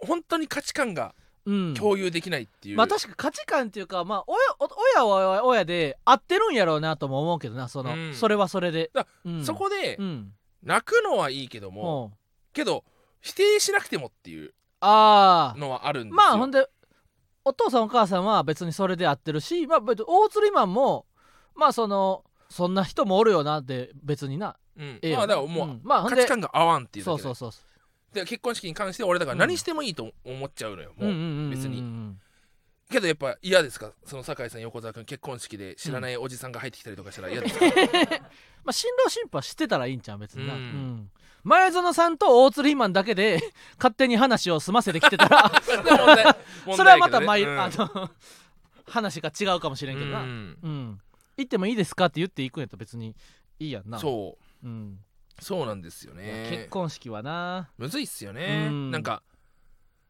[SPEAKER 2] 本当に価値観が
[SPEAKER 1] うん
[SPEAKER 2] 共有できないっていう、
[SPEAKER 1] まあ確か価値観っていうかまあ親お親は親で合ってるんやろうなとも思うけどなその、
[SPEAKER 2] うん
[SPEAKER 1] それはそれで
[SPEAKER 2] だ、
[SPEAKER 1] うん
[SPEAKER 2] そこで
[SPEAKER 1] うん
[SPEAKER 2] 泣くのはいいけども、
[SPEAKER 1] ほう
[SPEAKER 2] けど否定しなくてもっていう
[SPEAKER 1] ああ
[SPEAKER 2] のはあるんですよ
[SPEAKER 1] まあほんでお父さんお母さんは別にそれで合ってるしまあ別に大釣りマンもまあそのそんな人もおるよなって別にな
[SPEAKER 2] うん
[SPEAKER 1] ええよ
[SPEAKER 2] まあ
[SPEAKER 1] な
[SPEAKER 2] だからもう、
[SPEAKER 1] んまあほん
[SPEAKER 2] 価
[SPEAKER 1] で
[SPEAKER 2] 値観が合わんっていうだ
[SPEAKER 1] そう
[SPEAKER 2] けで
[SPEAKER 1] そうそうそ
[SPEAKER 2] で結婚式に関して俺だから何してもいいと思っちゃうのよ、
[SPEAKER 1] う
[SPEAKER 2] もう、
[SPEAKER 1] んうんうんうん
[SPEAKER 2] 別に
[SPEAKER 1] うん
[SPEAKER 2] けどやっぱ嫌ですかその酒井さん横澤君結婚式で知らないおじさんが入ってきたりとかしたら嫌ですか、
[SPEAKER 1] [laughs] まあ新郎新婦は知ってたらいいんちゃう別にな、
[SPEAKER 2] うん
[SPEAKER 1] うん前園さんと大釣りマンだけで勝手に話を済ませてきてたら
[SPEAKER 2] それは問題
[SPEAKER 1] それはまたまい、
[SPEAKER 2] 問
[SPEAKER 1] あ
[SPEAKER 2] 題だけどね
[SPEAKER 1] の [laughs] 話が違うかもしれんけど
[SPEAKER 2] うん
[SPEAKER 1] な、
[SPEAKER 2] うん
[SPEAKER 1] うん、行ってもいいですかって言って行くんやったら別にいいやんな、
[SPEAKER 2] そう
[SPEAKER 1] ん、
[SPEAKER 2] うそうなんですよ
[SPEAKER 1] 結
[SPEAKER 2] ね
[SPEAKER 1] 婚式はな
[SPEAKER 2] むずいっすよね、
[SPEAKER 1] うん
[SPEAKER 2] なんか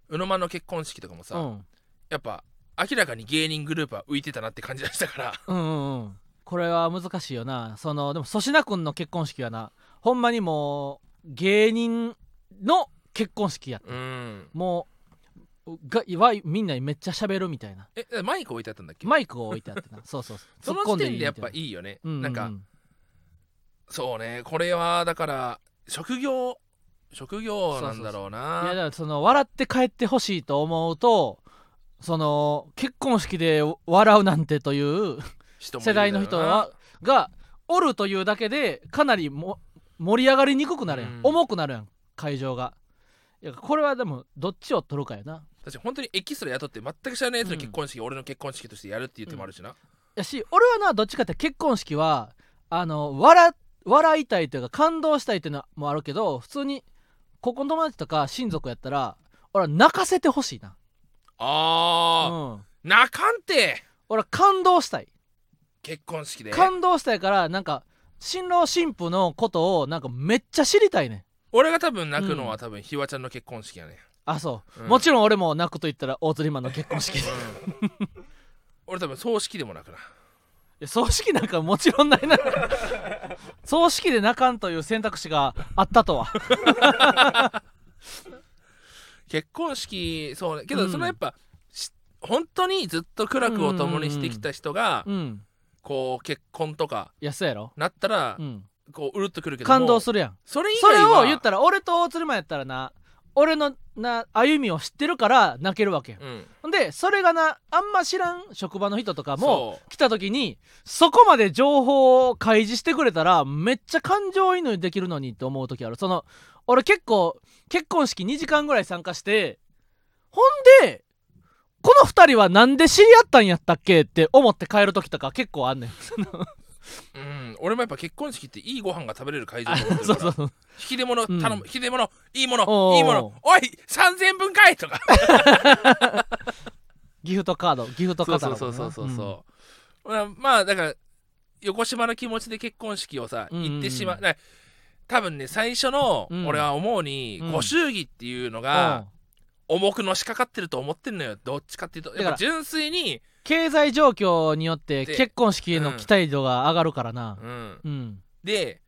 [SPEAKER 2] 宇野間の結婚式とかもさ、
[SPEAKER 1] うん
[SPEAKER 2] やっぱ明らかに芸人グループは浮いてたなって感じでしたから
[SPEAKER 1] うんうんうんこれは難しいよなそのでも粗品君の結婚式はなほんまにもう芸人の結婚式や
[SPEAKER 2] うん
[SPEAKER 1] もうがいわいみんなにめっちゃ喋るみたいな
[SPEAKER 2] えマイク置いてあったんだっけ
[SPEAKER 1] マイクを置いてあ
[SPEAKER 2] [laughs]
[SPEAKER 1] ってなそうそう
[SPEAKER 2] そ
[SPEAKER 1] そう
[SPEAKER 2] の
[SPEAKER 1] 突込
[SPEAKER 2] 時
[SPEAKER 1] んい
[SPEAKER 2] 点
[SPEAKER 1] い
[SPEAKER 2] で
[SPEAKER 1] み
[SPEAKER 2] やった
[SPEAKER 1] い
[SPEAKER 2] ぱいいよね、
[SPEAKER 1] うう
[SPEAKER 2] なんかそうねこれはだから職業職業なんだろ
[SPEAKER 1] いやだか
[SPEAKER 2] うな
[SPEAKER 1] らその笑って帰ってほしいと思うとその結婚式で笑うなんてという
[SPEAKER 2] 人もい
[SPEAKER 1] 世
[SPEAKER 2] るだろ
[SPEAKER 1] 代
[SPEAKER 2] うな
[SPEAKER 1] の人はがおるというだけでかなりも盛り上がりにくくなるやん、
[SPEAKER 2] うん
[SPEAKER 1] 重くなるやん会場がいやこれはでもどっちを取るかやな
[SPEAKER 2] 私本当にエキストラ雇って全く知らないやつの結婚式、俺の結婚式としてやるっていう手もあるしな、
[SPEAKER 1] やし俺はなどっちかって結婚式はあの笑笑いたいというか感動したいというのもあるけど普通にここの友達とか親族やったら俺は泣かせてほしいな、う
[SPEAKER 2] あー、
[SPEAKER 1] ん、
[SPEAKER 2] 泣かんて
[SPEAKER 1] 俺は感動したい
[SPEAKER 2] 結婚式で
[SPEAKER 1] 感動したいからなんか新郎新婦のことをなんかめっちゃ知りたいねん
[SPEAKER 2] 俺が多分泣くのは多分ひわちゃんの結婚式やね、
[SPEAKER 1] あそう、
[SPEAKER 2] うん
[SPEAKER 1] もちろん俺も泣くと言ったら大釣りマンの結婚式い
[SPEAKER 2] うん俺多分葬式でも泣くな
[SPEAKER 1] や葬式なんかもちろんないな葬式で泣かんという選択肢があったとは
[SPEAKER 2] 結婚式そうねけど
[SPEAKER 1] うん
[SPEAKER 2] そのやっぱ、し本当にずっと苦楽を共にしてきた人が、
[SPEAKER 1] うん
[SPEAKER 2] こう結婚とか
[SPEAKER 1] いやそうやろ、
[SPEAKER 2] なったら、
[SPEAKER 1] うん、
[SPEAKER 2] こううるっとくるけど
[SPEAKER 1] 感動
[SPEAKER 2] る
[SPEAKER 1] するやん
[SPEAKER 2] それ以
[SPEAKER 1] そ
[SPEAKER 2] 外
[SPEAKER 1] れ
[SPEAKER 2] は
[SPEAKER 1] を言ったら俺と大釣りマンやったらな俺のな歩みを知ってるから泣けるわけやん
[SPEAKER 2] うん、
[SPEAKER 1] ほんでそれがなあんま知らん職場の人とかも
[SPEAKER 2] も
[SPEAKER 1] 来た時にそこまで情報を開示してくれたらめっちゃ感情移入できるのにって思う時あるその俺結構結婚式2時間ぐらい参加してほんでこの2人はなんで知り合ったんやったっけって思って帰る時とか結構あ
[SPEAKER 2] [laughs]
[SPEAKER 1] んねん
[SPEAKER 2] う、うん、俺もやっぱ結婚式っていいご飯が食べれる会場
[SPEAKER 1] あ
[SPEAKER 2] だと
[SPEAKER 1] [laughs]
[SPEAKER 2] 思
[SPEAKER 1] そうそうそ
[SPEAKER 2] ってるから
[SPEAKER 1] う
[SPEAKER 2] 引き出物
[SPEAKER 1] うん
[SPEAKER 2] 頼む、引き出物いいも
[SPEAKER 1] おうおう
[SPEAKER 2] のいいものおい3000分かいとか
[SPEAKER 1] ギフトカードギフトカ
[SPEAKER 2] そう
[SPEAKER 1] ード
[SPEAKER 2] そうそうそうそうそう、まあまあだから横島の気持ちで結婚式をさ
[SPEAKER 1] うんうんうん
[SPEAKER 2] 行ってしまう、だから多分ね最初の
[SPEAKER 1] うん
[SPEAKER 2] 俺は思うに、
[SPEAKER 1] うん
[SPEAKER 2] ご祝儀っていうの
[SPEAKER 1] うん
[SPEAKER 2] が重くのしかかってると思ってんのよどっちかっていうと
[SPEAKER 1] だから
[SPEAKER 2] やっぱ純粋に、
[SPEAKER 1] 経済状況によって
[SPEAKER 2] で
[SPEAKER 1] 結婚式への期待度が上がるからな
[SPEAKER 2] うん、
[SPEAKER 1] うん
[SPEAKER 2] で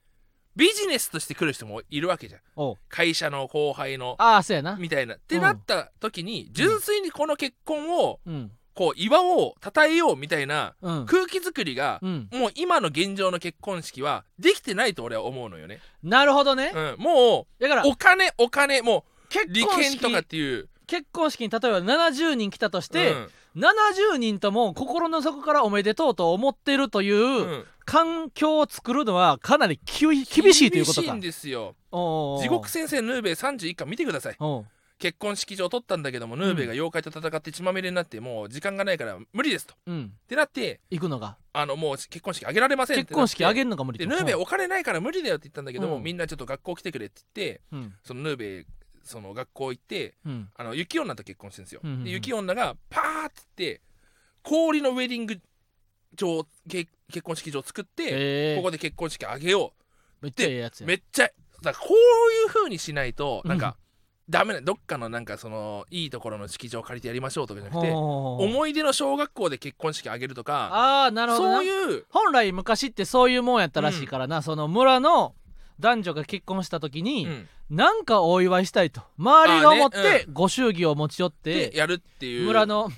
[SPEAKER 2] ビジネスとして来る人もいるわけじゃん
[SPEAKER 1] おう
[SPEAKER 2] 会社の後輩の
[SPEAKER 1] ああそうやな
[SPEAKER 2] みたいなってなった時に純粋にこの結婚を
[SPEAKER 1] うん
[SPEAKER 2] こう祝おう称えようみたいな
[SPEAKER 1] うん
[SPEAKER 2] 空気作りが
[SPEAKER 1] うん
[SPEAKER 2] もう今の現状の結婚式はできてないと俺は思うのよね。
[SPEAKER 1] なるほどね
[SPEAKER 2] うん、も
[SPEAKER 1] だから
[SPEAKER 2] うお金お金も
[SPEAKER 1] 結
[SPEAKER 2] う利
[SPEAKER 1] 婚
[SPEAKER 2] 権
[SPEAKER 1] 式
[SPEAKER 2] とかっていう。
[SPEAKER 1] 結婚式に例えば70人来たとして、
[SPEAKER 2] うん
[SPEAKER 1] 70人とも心の底からおめでとうと思ってるという
[SPEAKER 2] うん
[SPEAKER 1] 環境を作るのはかなりきゅい厳しいということ
[SPEAKER 2] 厳し
[SPEAKER 1] か
[SPEAKER 2] いんですよ。
[SPEAKER 1] おうおうおう
[SPEAKER 2] 地獄先生ヌーベイ31巻見てください。
[SPEAKER 1] おう
[SPEAKER 2] 結婚式場取ったんだけどもヌーベイが妖怪と戦って血まみれになってもう時間がないから無理ですと。っ
[SPEAKER 1] うん
[SPEAKER 2] てなって
[SPEAKER 1] 行くのが
[SPEAKER 2] あのもう結婚式あげられませんってなって
[SPEAKER 1] 結婚式あげるのが無理
[SPEAKER 2] でヌーベイ
[SPEAKER 1] を、
[SPEAKER 2] お金ないから無理だよって言ったんだけども、
[SPEAKER 1] うん
[SPEAKER 2] みんなちょっと学校来てくれって言って
[SPEAKER 1] うん
[SPEAKER 2] そのヌーベイその学校行って
[SPEAKER 1] うん
[SPEAKER 2] あの雪女と結婚してるんですよ、
[SPEAKER 1] うんうんうん
[SPEAKER 2] で雪女がパーってって氷のウェディング場け結婚式場作って、
[SPEAKER 1] えー
[SPEAKER 2] ここで結婚式あげよう
[SPEAKER 1] めっちゃええやつや
[SPEAKER 2] めっちゃだからこういう風にしないとなんか、ダメなどっかのなんかそのいいところの式場借りてやりましょうとかじゃなくて
[SPEAKER 1] 思
[SPEAKER 2] 思い出の小学校で結婚式あげるとか
[SPEAKER 1] ああなるほどな
[SPEAKER 2] そういう
[SPEAKER 1] 本来昔ってそういうもんやったらしいからな、その村の男女が結婚した時に、
[SPEAKER 2] うん
[SPEAKER 1] なんかお祝いしたいと周りが思っ
[SPEAKER 2] あーね
[SPEAKER 1] てご祝儀を持ち寄っ
[SPEAKER 2] で
[SPEAKER 1] て
[SPEAKER 2] やるっていう
[SPEAKER 1] 村の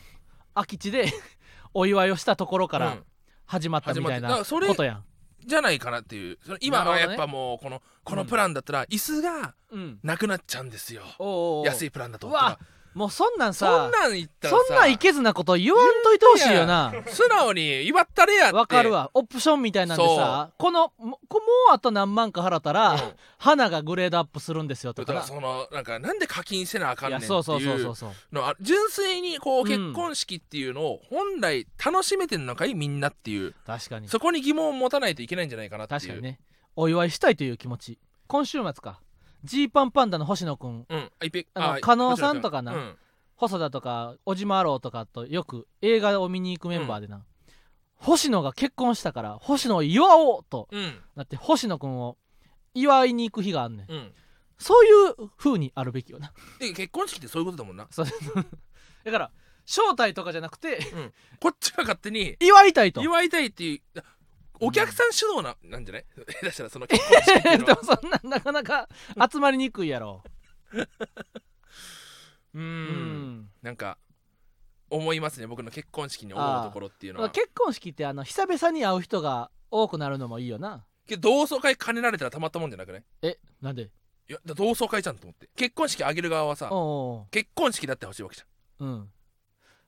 [SPEAKER 1] 空き地で [laughs] お祝いをしたところか
[SPEAKER 2] う
[SPEAKER 1] ら
[SPEAKER 2] ん
[SPEAKER 1] 始まったみたいな
[SPEAKER 2] 始まってだからそれ
[SPEAKER 1] ことやん、
[SPEAKER 2] じゃないかなっていうその
[SPEAKER 1] な
[SPEAKER 2] 今
[SPEAKER 1] るほ
[SPEAKER 2] は
[SPEAKER 1] ど
[SPEAKER 2] や
[SPEAKER 1] ね
[SPEAKER 2] っぱもうこのこの
[SPEAKER 1] うん
[SPEAKER 2] プランだったら椅子が
[SPEAKER 1] うん、
[SPEAKER 2] なくなっちゃうんですよ
[SPEAKER 1] おうおうおう
[SPEAKER 2] 安いプランだと
[SPEAKER 1] う
[SPEAKER 2] だから
[SPEAKER 1] わもうそんなん
[SPEAKER 2] そ
[SPEAKER 1] さ
[SPEAKER 2] んなん言ったら
[SPEAKER 1] そ
[SPEAKER 2] さ
[SPEAKER 1] んなんいけずなこと言わんといてほしいよな
[SPEAKER 2] 素直に祝ったれやって
[SPEAKER 1] わかるわオプションみたいなんでさこのもこもうあと何万か払った
[SPEAKER 2] うん
[SPEAKER 1] ら、花がグレードアップするんですよと
[SPEAKER 2] だ
[SPEAKER 1] かな
[SPEAKER 2] からそのなんかなんで課金せなあかん
[SPEAKER 1] い
[SPEAKER 2] ね
[SPEAKER 1] や
[SPEAKER 2] んって
[SPEAKER 1] そうそうそう
[SPEAKER 2] い
[SPEAKER 1] そううそう
[SPEAKER 2] のあ純粋にこう
[SPEAKER 1] うん
[SPEAKER 2] 結婚式っていうのを本来楽しめてんのかいみんなっていう
[SPEAKER 1] 確かに
[SPEAKER 2] そこに疑問を持たないといけないんじゃないかなっていう
[SPEAKER 1] 確かにねお祝いしたいという気持ち今週末かジーパンパンダの星野くん
[SPEAKER 2] うんあいぺ
[SPEAKER 1] あの
[SPEAKER 2] あ
[SPEAKER 1] 加納さんとかな
[SPEAKER 2] うん
[SPEAKER 1] 細田とか小島アローとかとよく映画を見に行くメンバーでな、星野が結婚したから星野を祝おうと
[SPEAKER 2] うん
[SPEAKER 1] なって星野くんを祝いに行く日があんねん、
[SPEAKER 2] うん
[SPEAKER 1] そういう風にあるべきよな
[SPEAKER 2] で結婚式ってそういうことだもんな
[SPEAKER 1] そうだから招待とかじゃなくて
[SPEAKER 2] こっちが勝手に
[SPEAKER 1] 祝いたいと
[SPEAKER 2] 祝いたいっていうお客さん主導な、なんじゃない下手したらその結婚式ってい
[SPEAKER 1] で
[SPEAKER 2] う
[SPEAKER 1] も
[SPEAKER 2] の
[SPEAKER 1] [laughs]
[SPEAKER 2] は
[SPEAKER 1] [laughs] そんなんなかなか集まりにくいやろ
[SPEAKER 2] う
[SPEAKER 1] う
[SPEAKER 2] ー
[SPEAKER 1] んん
[SPEAKER 2] なんか思いますね僕の結婚式に思うところっていうのは
[SPEAKER 1] 結婚式ってあの久々に会う人が多くなるのもいいよな
[SPEAKER 2] けど同窓会兼ねられたらたまったもんじゃなくね
[SPEAKER 1] えなんで
[SPEAKER 2] いやだ同窓会じゃんと思って結婚式あげる側はさ
[SPEAKER 1] おお
[SPEAKER 2] 結婚式だってほしいわけじゃん
[SPEAKER 1] ううん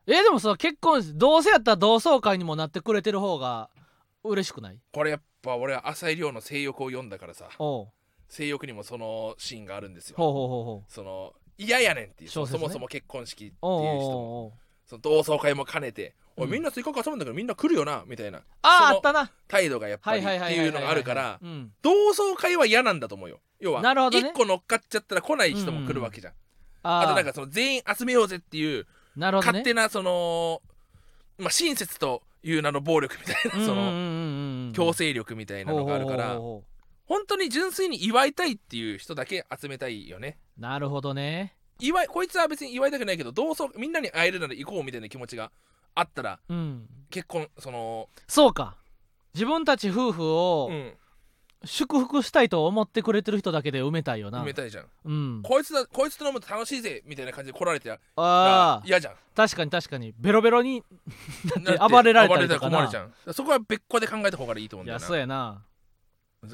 [SPEAKER 1] えでもさ結婚しどうせやったら同窓会にもなってくれてる方が嬉しくない
[SPEAKER 2] これやっぱ俺は浅井亮の性欲を読んだからさ
[SPEAKER 1] おう
[SPEAKER 2] 性欲にもそのシーンがあるんですよ
[SPEAKER 1] ほうほうほうほう
[SPEAKER 2] その嫌やねんっていう、
[SPEAKER 1] 小説
[SPEAKER 2] そ
[SPEAKER 1] ね
[SPEAKER 2] もそも結婚式っていう人
[SPEAKER 1] おうおう
[SPEAKER 2] も
[SPEAKER 1] おうおう
[SPEAKER 2] その同窓会も兼ねて「おい
[SPEAKER 1] うん
[SPEAKER 2] みんなせっかく遊ぶんだけどみんな来るよな」みたいな
[SPEAKER 1] あ
[SPEAKER 2] そ
[SPEAKER 1] あ
[SPEAKER 2] の
[SPEAKER 1] あったな
[SPEAKER 2] 態度がやっぱ
[SPEAKER 1] は
[SPEAKER 2] り
[SPEAKER 1] い
[SPEAKER 2] っ
[SPEAKER 1] はい
[SPEAKER 2] て
[SPEAKER 1] はいはいはい
[SPEAKER 2] いうのがあるから
[SPEAKER 1] うん
[SPEAKER 2] 同窓会は嫌なんだと思うよ要は
[SPEAKER 1] なるほどね
[SPEAKER 2] 一個乗っかっちゃったら来ない人も来るわけじゃん
[SPEAKER 1] あ
[SPEAKER 2] あと
[SPEAKER 1] ー
[SPEAKER 2] なんかその全員集めようぜっていう
[SPEAKER 1] なるほどね
[SPEAKER 2] 勝手なそのまあ親切という名の暴力みたいなその
[SPEAKER 1] の
[SPEAKER 2] 強制力みたいなのがあるから本当に純粋に祝いたいっていう人だけ集めたいよね
[SPEAKER 1] なるほどね
[SPEAKER 2] 祝いこいつは別に祝いたくないけど同窓みんなに会えるなら行こうみたいな気持ちがあったら
[SPEAKER 1] うん
[SPEAKER 2] 結婚その
[SPEAKER 1] そうか自分たち夫婦を
[SPEAKER 2] うん
[SPEAKER 1] 祝福したいと思ってくれてる人だけで埋めたいよな
[SPEAKER 2] 埋めたいじゃん
[SPEAKER 1] うん
[SPEAKER 2] こいつだこいつと飲むと楽しいぜみたいな感じで来られてたら
[SPEAKER 1] ああ [laughs]
[SPEAKER 2] 嫌じゃん
[SPEAKER 1] 確かに確かにベロベロに
[SPEAKER 2] だって
[SPEAKER 1] 暴れられたりとかな
[SPEAKER 2] 暴れたら困るじゃんだからそこは別個で考えた方がいいと思
[SPEAKER 1] い
[SPEAKER 2] うんだよ
[SPEAKER 1] や
[SPEAKER 2] な
[SPEAKER 1] そうやな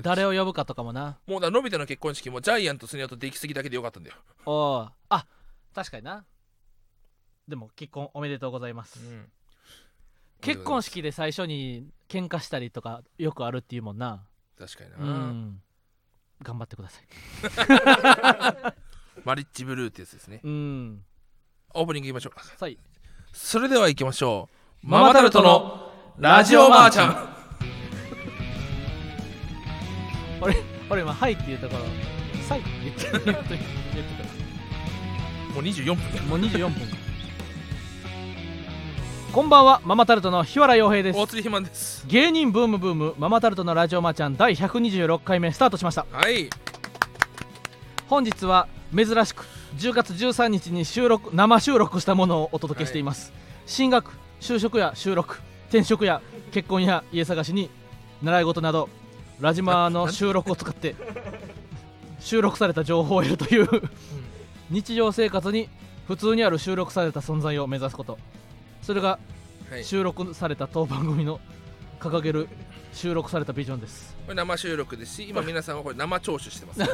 [SPEAKER 1] 誰を呼ぶかとかもな
[SPEAKER 2] もうだからのび太の結婚式もジャイアンとスネ夫と出来すぎだけでよかったんだよ、
[SPEAKER 1] おおあ確かになでも結婚おめでとうございます、結婚式で最初に喧嘩したりとかよくあるっていうもんな
[SPEAKER 2] 確かにな、
[SPEAKER 1] うん頑張ってください
[SPEAKER 2] マリッジブルーってやつですね
[SPEAKER 1] うん
[SPEAKER 2] オープニングいきましょう
[SPEAKER 1] さい
[SPEAKER 2] それでは行きましょう
[SPEAKER 1] ママタルトのラジオマーちゃ
[SPEAKER 2] ん
[SPEAKER 1] 俺俺今「はい」って言うところ「さい」って言って言って
[SPEAKER 2] もう24分
[SPEAKER 1] たもう24分こんばんはママタルトの日原洋平です
[SPEAKER 2] 大釣り肥満です
[SPEAKER 1] 芸人ブームブームママタルトのラジオマーちゃん第126回目スタートしました
[SPEAKER 2] はい
[SPEAKER 1] 本日は珍しく10月13日に収録生収録したものをお届けしています、進学就職や収録転職や結婚や家探しに習い事などラジマーの収録を使って収録された情報を得るという日常生活に普通にある収録された存在を目指すことそれが
[SPEAKER 2] はい
[SPEAKER 1] 収録された当番組の掲げる収録されたビジョンです
[SPEAKER 2] これ生収録ですし今皆さんはこれ生聴取し
[SPEAKER 1] [laughs]
[SPEAKER 2] てます、うん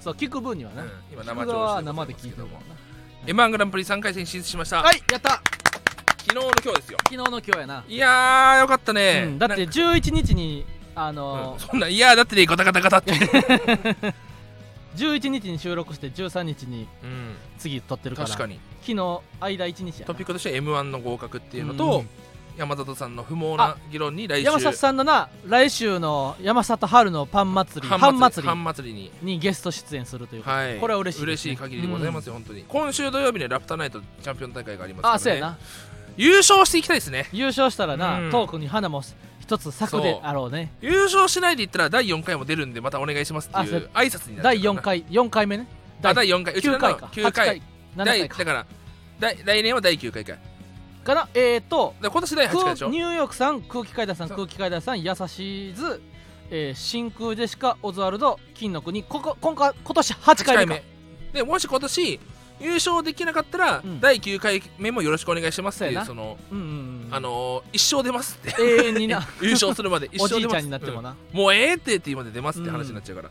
[SPEAKER 1] そう聞く分にはな、
[SPEAKER 2] 今
[SPEAKER 1] 聞
[SPEAKER 2] 生
[SPEAKER 1] く
[SPEAKER 2] 聴
[SPEAKER 1] 側は生
[SPEAKER 2] 取て
[SPEAKER 1] で
[SPEAKER 2] ま
[SPEAKER 1] 聞
[SPEAKER 2] す
[SPEAKER 1] い
[SPEAKER 2] け
[SPEAKER 1] てる
[SPEAKER 2] ど
[SPEAKER 1] も
[SPEAKER 2] も
[SPEAKER 1] んな
[SPEAKER 2] M1 グランプリ3回戦進出しました、
[SPEAKER 1] はいやった
[SPEAKER 2] 昨日の今日ですよ
[SPEAKER 1] 昨日の今日やな、
[SPEAKER 2] いやーよかったね、
[SPEAKER 1] うん、だって
[SPEAKER 2] なんか
[SPEAKER 1] 11日にあ
[SPEAKER 2] う
[SPEAKER 1] の
[SPEAKER 2] ん
[SPEAKER 1] ー
[SPEAKER 2] そんないやーだってねガタガタガ
[SPEAKER 1] [laughs]
[SPEAKER 2] タって、
[SPEAKER 1] 11日に収録して13日に
[SPEAKER 2] うん、
[SPEAKER 1] 次撮ってるから
[SPEAKER 2] 確かに
[SPEAKER 1] 昨日間1日や
[SPEAKER 2] ト
[SPEAKER 1] な
[SPEAKER 2] ピックとしては m 1の合格っていうのと、
[SPEAKER 1] うん
[SPEAKER 2] 山里さんの不毛な議論に来週
[SPEAKER 1] 山里さんのな来週の山里春のパン祭り
[SPEAKER 2] 半
[SPEAKER 1] 半
[SPEAKER 2] 祭
[SPEAKER 1] 祭
[SPEAKER 2] り
[SPEAKER 1] り
[SPEAKER 2] 半祭りに
[SPEAKER 1] にゲスト出演するということ
[SPEAKER 2] はい
[SPEAKER 1] これは嬉しいですね
[SPEAKER 2] 嬉しい限りでございますよ、本当に今週土曜日ねラプターナイトチャンピオン大会がありますから、ね、
[SPEAKER 1] あそうやな
[SPEAKER 2] 優勝していきたいですね
[SPEAKER 1] 優勝したらな、
[SPEAKER 2] うん
[SPEAKER 1] トークに花も一つ策であろうね
[SPEAKER 2] 優勝しないで言ったら第4回も出るんでまたお願いしますって
[SPEAKER 1] あ
[SPEAKER 2] い
[SPEAKER 1] そう
[SPEAKER 2] う挨拶になっちゃうからな
[SPEAKER 1] 第4回4回目ね
[SPEAKER 2] あ第4回うち
[SPEAKER 1] 9
[SPEAKER 2] らの
[SPEAKER 1] 回か
[SPEAKER 2] 9
[SPEAKER 1] 8
[SPEAKER 2] 回
[SPEAKER 1] 回7回
[SPEAKER 2] 第
[SPEAKER 1] か
[SPEAKER 2] だから第来年は第9回かだか
[SPEAKER 1] からえっと
[SPEAKER 2] ら今年第8回でし
[SPEAKER 1] 空
[SPEAKER 2] ょ
[SPEAKER 1] ニューヨークさん空気階段さん
[SPEAKER 2] そう
[SPEAKER 1] 空気階段さん優しいず、えー真空ジェシカオズワルド金の国ここ今回今年8回目か
[SPEAKER 2] でもし今年優勝できなかったら、
[SPEAKER 1] うん
[SPEAKER 2] 第9回目もよろしくお願いしますっ
[SPEAKER 1] そう
[SPEAKER 2] てい
[SPEAKER 1] や
[SPEAKER 2] う
[SPEAKER 1] な
[SPEAKER 2] その、
[SPEAKER 1] うんうんうん
[SPEAKER 2] あのー一生出ます
[SPEAKER 1] [laughs]
[SPEAKER 2] って
[SPEAKER 1] 永遠にな
[SPEAKER 2] 優勝するま [laughs] で一
[SPEAKER 1] お
[SPEAKER 2] 生
[SPEAKER 1] じい
[SPEAKER 2] 出ま
[SPEAKER 1] ち
[SPEAKER 2] す
[SPEAKER 1] ゃんになってもな、
[SPEAKER 2] うんもうええってって今で出ますって話になっちゃうから、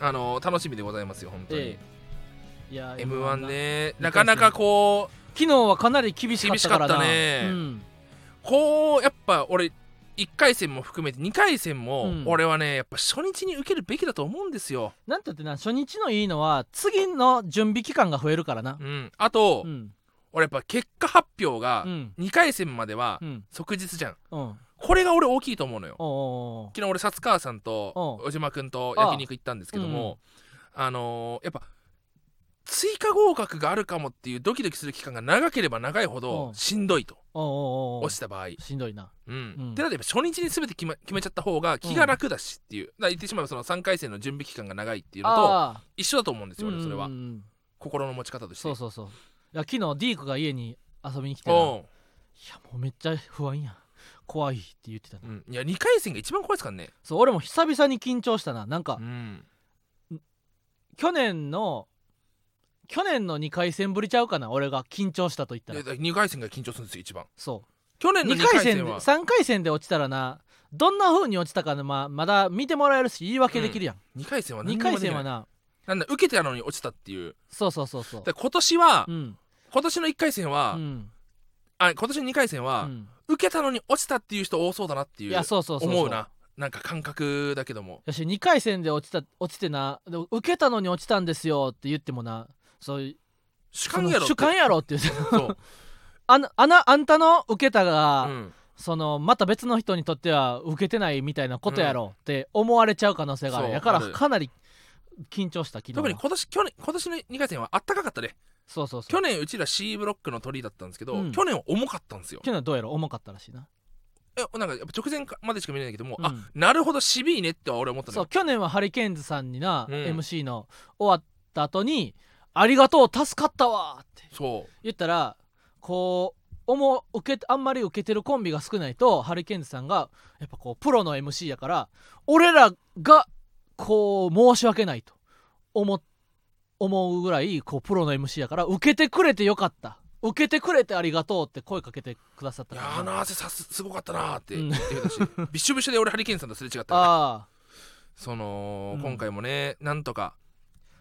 [SPEAKER 2] あのー楽しみでございますよ本当に、
[SPEAKER 1] ええいや
[SPEAKER 2] m 1ね
[SPEAKER 1] な
[SPEAKER 2] なかなかこう
[SPEAKER 1] 昨日はかなり厳しかったからな
[SPEAKER 2] 厳しかったね
[SPEAKER 1] うん、
[SPEAKER 2] こうやっぱ俺1回戦も含めて2回戦
[SPEAKER 1] う
[SPEAKER 2] も
[SPEAKER 1] ん
[SPEAKER 2] 俺はねやっぱ初日に受けるべきだと思うんですよ、
[SPEAKER 1] なんたってな初日のいいのは次の準備期間が増えるからな
[SPEAKER 2] うん、あと、
[SPEAKER 1] うん
[SPEAKER 2] 俺やっぱ結果発表が
[SPEAKER 1] うん
[SPEAKER 2] 2回戦までは
[SPEAKER 1] うん
[SPEAKER 2] 即日じゃん
[SPEAKER 1] うんおう
[SPEAKER 2] これが俺大きいと思うのよ
[SPEAKER 1] おうおう
[SPEAKER 2] 昨日俺薩川さんと
[SPEAKER 1] うん
[SPEAKER 2] 小島君と焼肉行ったんですけどもあ,、のーやっぱ追加合格があるかもっていうドキドキする期間が長ければ長いほ
[SPEAKER 1] う
[SPEAKER 2] ど
[SPEAKER 1] ん
[SPEAKER 2] しんどいと
[SPEAKER 1] おうおうおう
[SPEAKER 2] 落ちた場合
[SPEAKER 1] しんどいな
[SPEAKER 2] うん、
[SPEAKER 1] うん
[SPEAKER 2] ってなれば初日に全て決め決めちゃった方が気が楽だしっていう、だから言ってしまえばその3回戦の準備期間が長いっていうのと
[SPEAKER 1] ああ
[SPEAKER 2] 一緒だと思うんですよ俺それは、
[SPEAKER 1] うんうんうん
[SPEAKER 2] 心の持ち方として
[SPEAKER 1] そうそうそういや昨日ディークが家に遊びに来てな
[SPEAKER 2] お
[SPEAKER 1] いやもうめっちゃ不安や怖いって言ってたな
[SPEAKER 2] う、うん、いや2回戦が一番怖いですからね、
[SPEAKER 1] そう俺も久々に緊張したななんか
[SPEAKER 2] うん、
[SPEAKER 1] 去年の去年の2回戦ぶりちゃうかな俺が緊張したと言ったら
[SPEAKER 2] 2回戦が緊張するんですよ一番
[SPEAKER 1] そう
[SPEAKER 2] 去年の
[SPEAKER 1] 2
[SPEAKER 2] 2
[SPEAKER 1] 回
[SPEAKER 2] 回
[SPEAKER 1] 戦で
[SPEAKER 2] 戦は
[SPEAKER 1] 3回戦で落ちたらなどんな風に落ちたかのまあまだ見てもらえるし言い訳できるやん、
[SPEAKER 2] 2回戦は
[SPEAKER 1] 二
[SPEAKER 2] 何
[SPEAKER 1] 2
[SPEAKER 2] にも
[SPEAKER 1] 回
[SPEAKER 2] でき
[SPEAKER 1] 戦
[SPEAKER 2] な
[SPEAKER 1] はいな
[SPEAKER 2] なんだ受けてたのに落ちたっていう
[SPEAKER 1] そうそうそうそう
[SPEAKER 2] だから今年は、
[SPEAKER 1] うん
[SPEAKER 2] 今年の1回戦
[SPEAKER 1] う
[SPEAKER 2] は、
[SPEAKER 1] ん
[SPEAKER 2] あ今年の2回戦は、
[SPEAKER 1] うん
[SPEAKER 2] 受けたのに落ちたっていう人多そうだなってい
[SPEAKER 1] いうやそうそうそうそう
[SPEAKER 2] 思うななんか感覚だけども
[SPEAKER 1] よし2回戦で落ちた落ちてなで受けたのに落ちたんですよって言ってもなそういう
[SPEAKER 2] 主
[SPEAKER 1] そ
[SPEAKER 2] 観
[SPEAKER 1] の
[SPEAKER 2] やろって
[SPEAKER 1] 主観やろって言って
[SPEAKER 2] [laughs] そう、
[SPEAKER 1] あのあのあんたの受けたが、
[SPEAKER 2] うん
[SPEAKER 1] そのまた別の人にとっては受けてないみたいなことやろって思われちゃう可能性がある、
[SPEAKER 2] そう
[SPEAKER 1] だから
[SPEAKER 2] ある
[SPEAKER 1] かなり緊張した昨日は
[SPEAKER 2] 特に今年去年今年の2回戦はあったかかったね
[SPEAKER 1] そうそうそう
[SPEAKER 2] 去年うちら C ブロックの鳥だったんですけど、
[SPEAKER 1] うん
[SPEAKER 2] 去年は重かったんですよ
[SPEAKER 1] 去年はどうやら重かったらしいな、
[SPEAKER 2] えなんかやっぱ直前までしか見れないけども、
[SPEAKER 1] うん
[SPEAKER 2] あなるほど渋いねっては俺思った
[SPEAKER 1] そ
[SPEAKER 2] の
[SPEAKER 1] う去年はハリケーンズさんにな、
[SPEAKER 2] うん
[SPEAKER 1] MC の終わった後に「ありがとう助かったわ」って
[SPEAKER 2] そう
[SPEAKER 1] 言ったらこう思う受けあんまり受けてるコンビが少ないとハリケーンズさんがやっぱこうプロの MC やから俺らがこう申し訳ないと思っ思うぐらいこうプロの MC やから受けてくれてよかった受けてくれてありがとうって声かけてくださった
[SPEAKER 2] い
[SPEAKER 1] か
[SPEAKER 2] や
[SPEAKER 1] ら
[SPEAKER 2] ーあの汗さすすごかったなーって
[SPEAKER 1] うん
[SPEAKER 2] 言ってたし、びっしょびしょで俺ハリケーンさんとすれ違ったから
[SPEAKER 1] ああ
[SPEAKER 2] その、
[SPEAKER 1] うん
[SPEAKER 2] 今回もねなんとか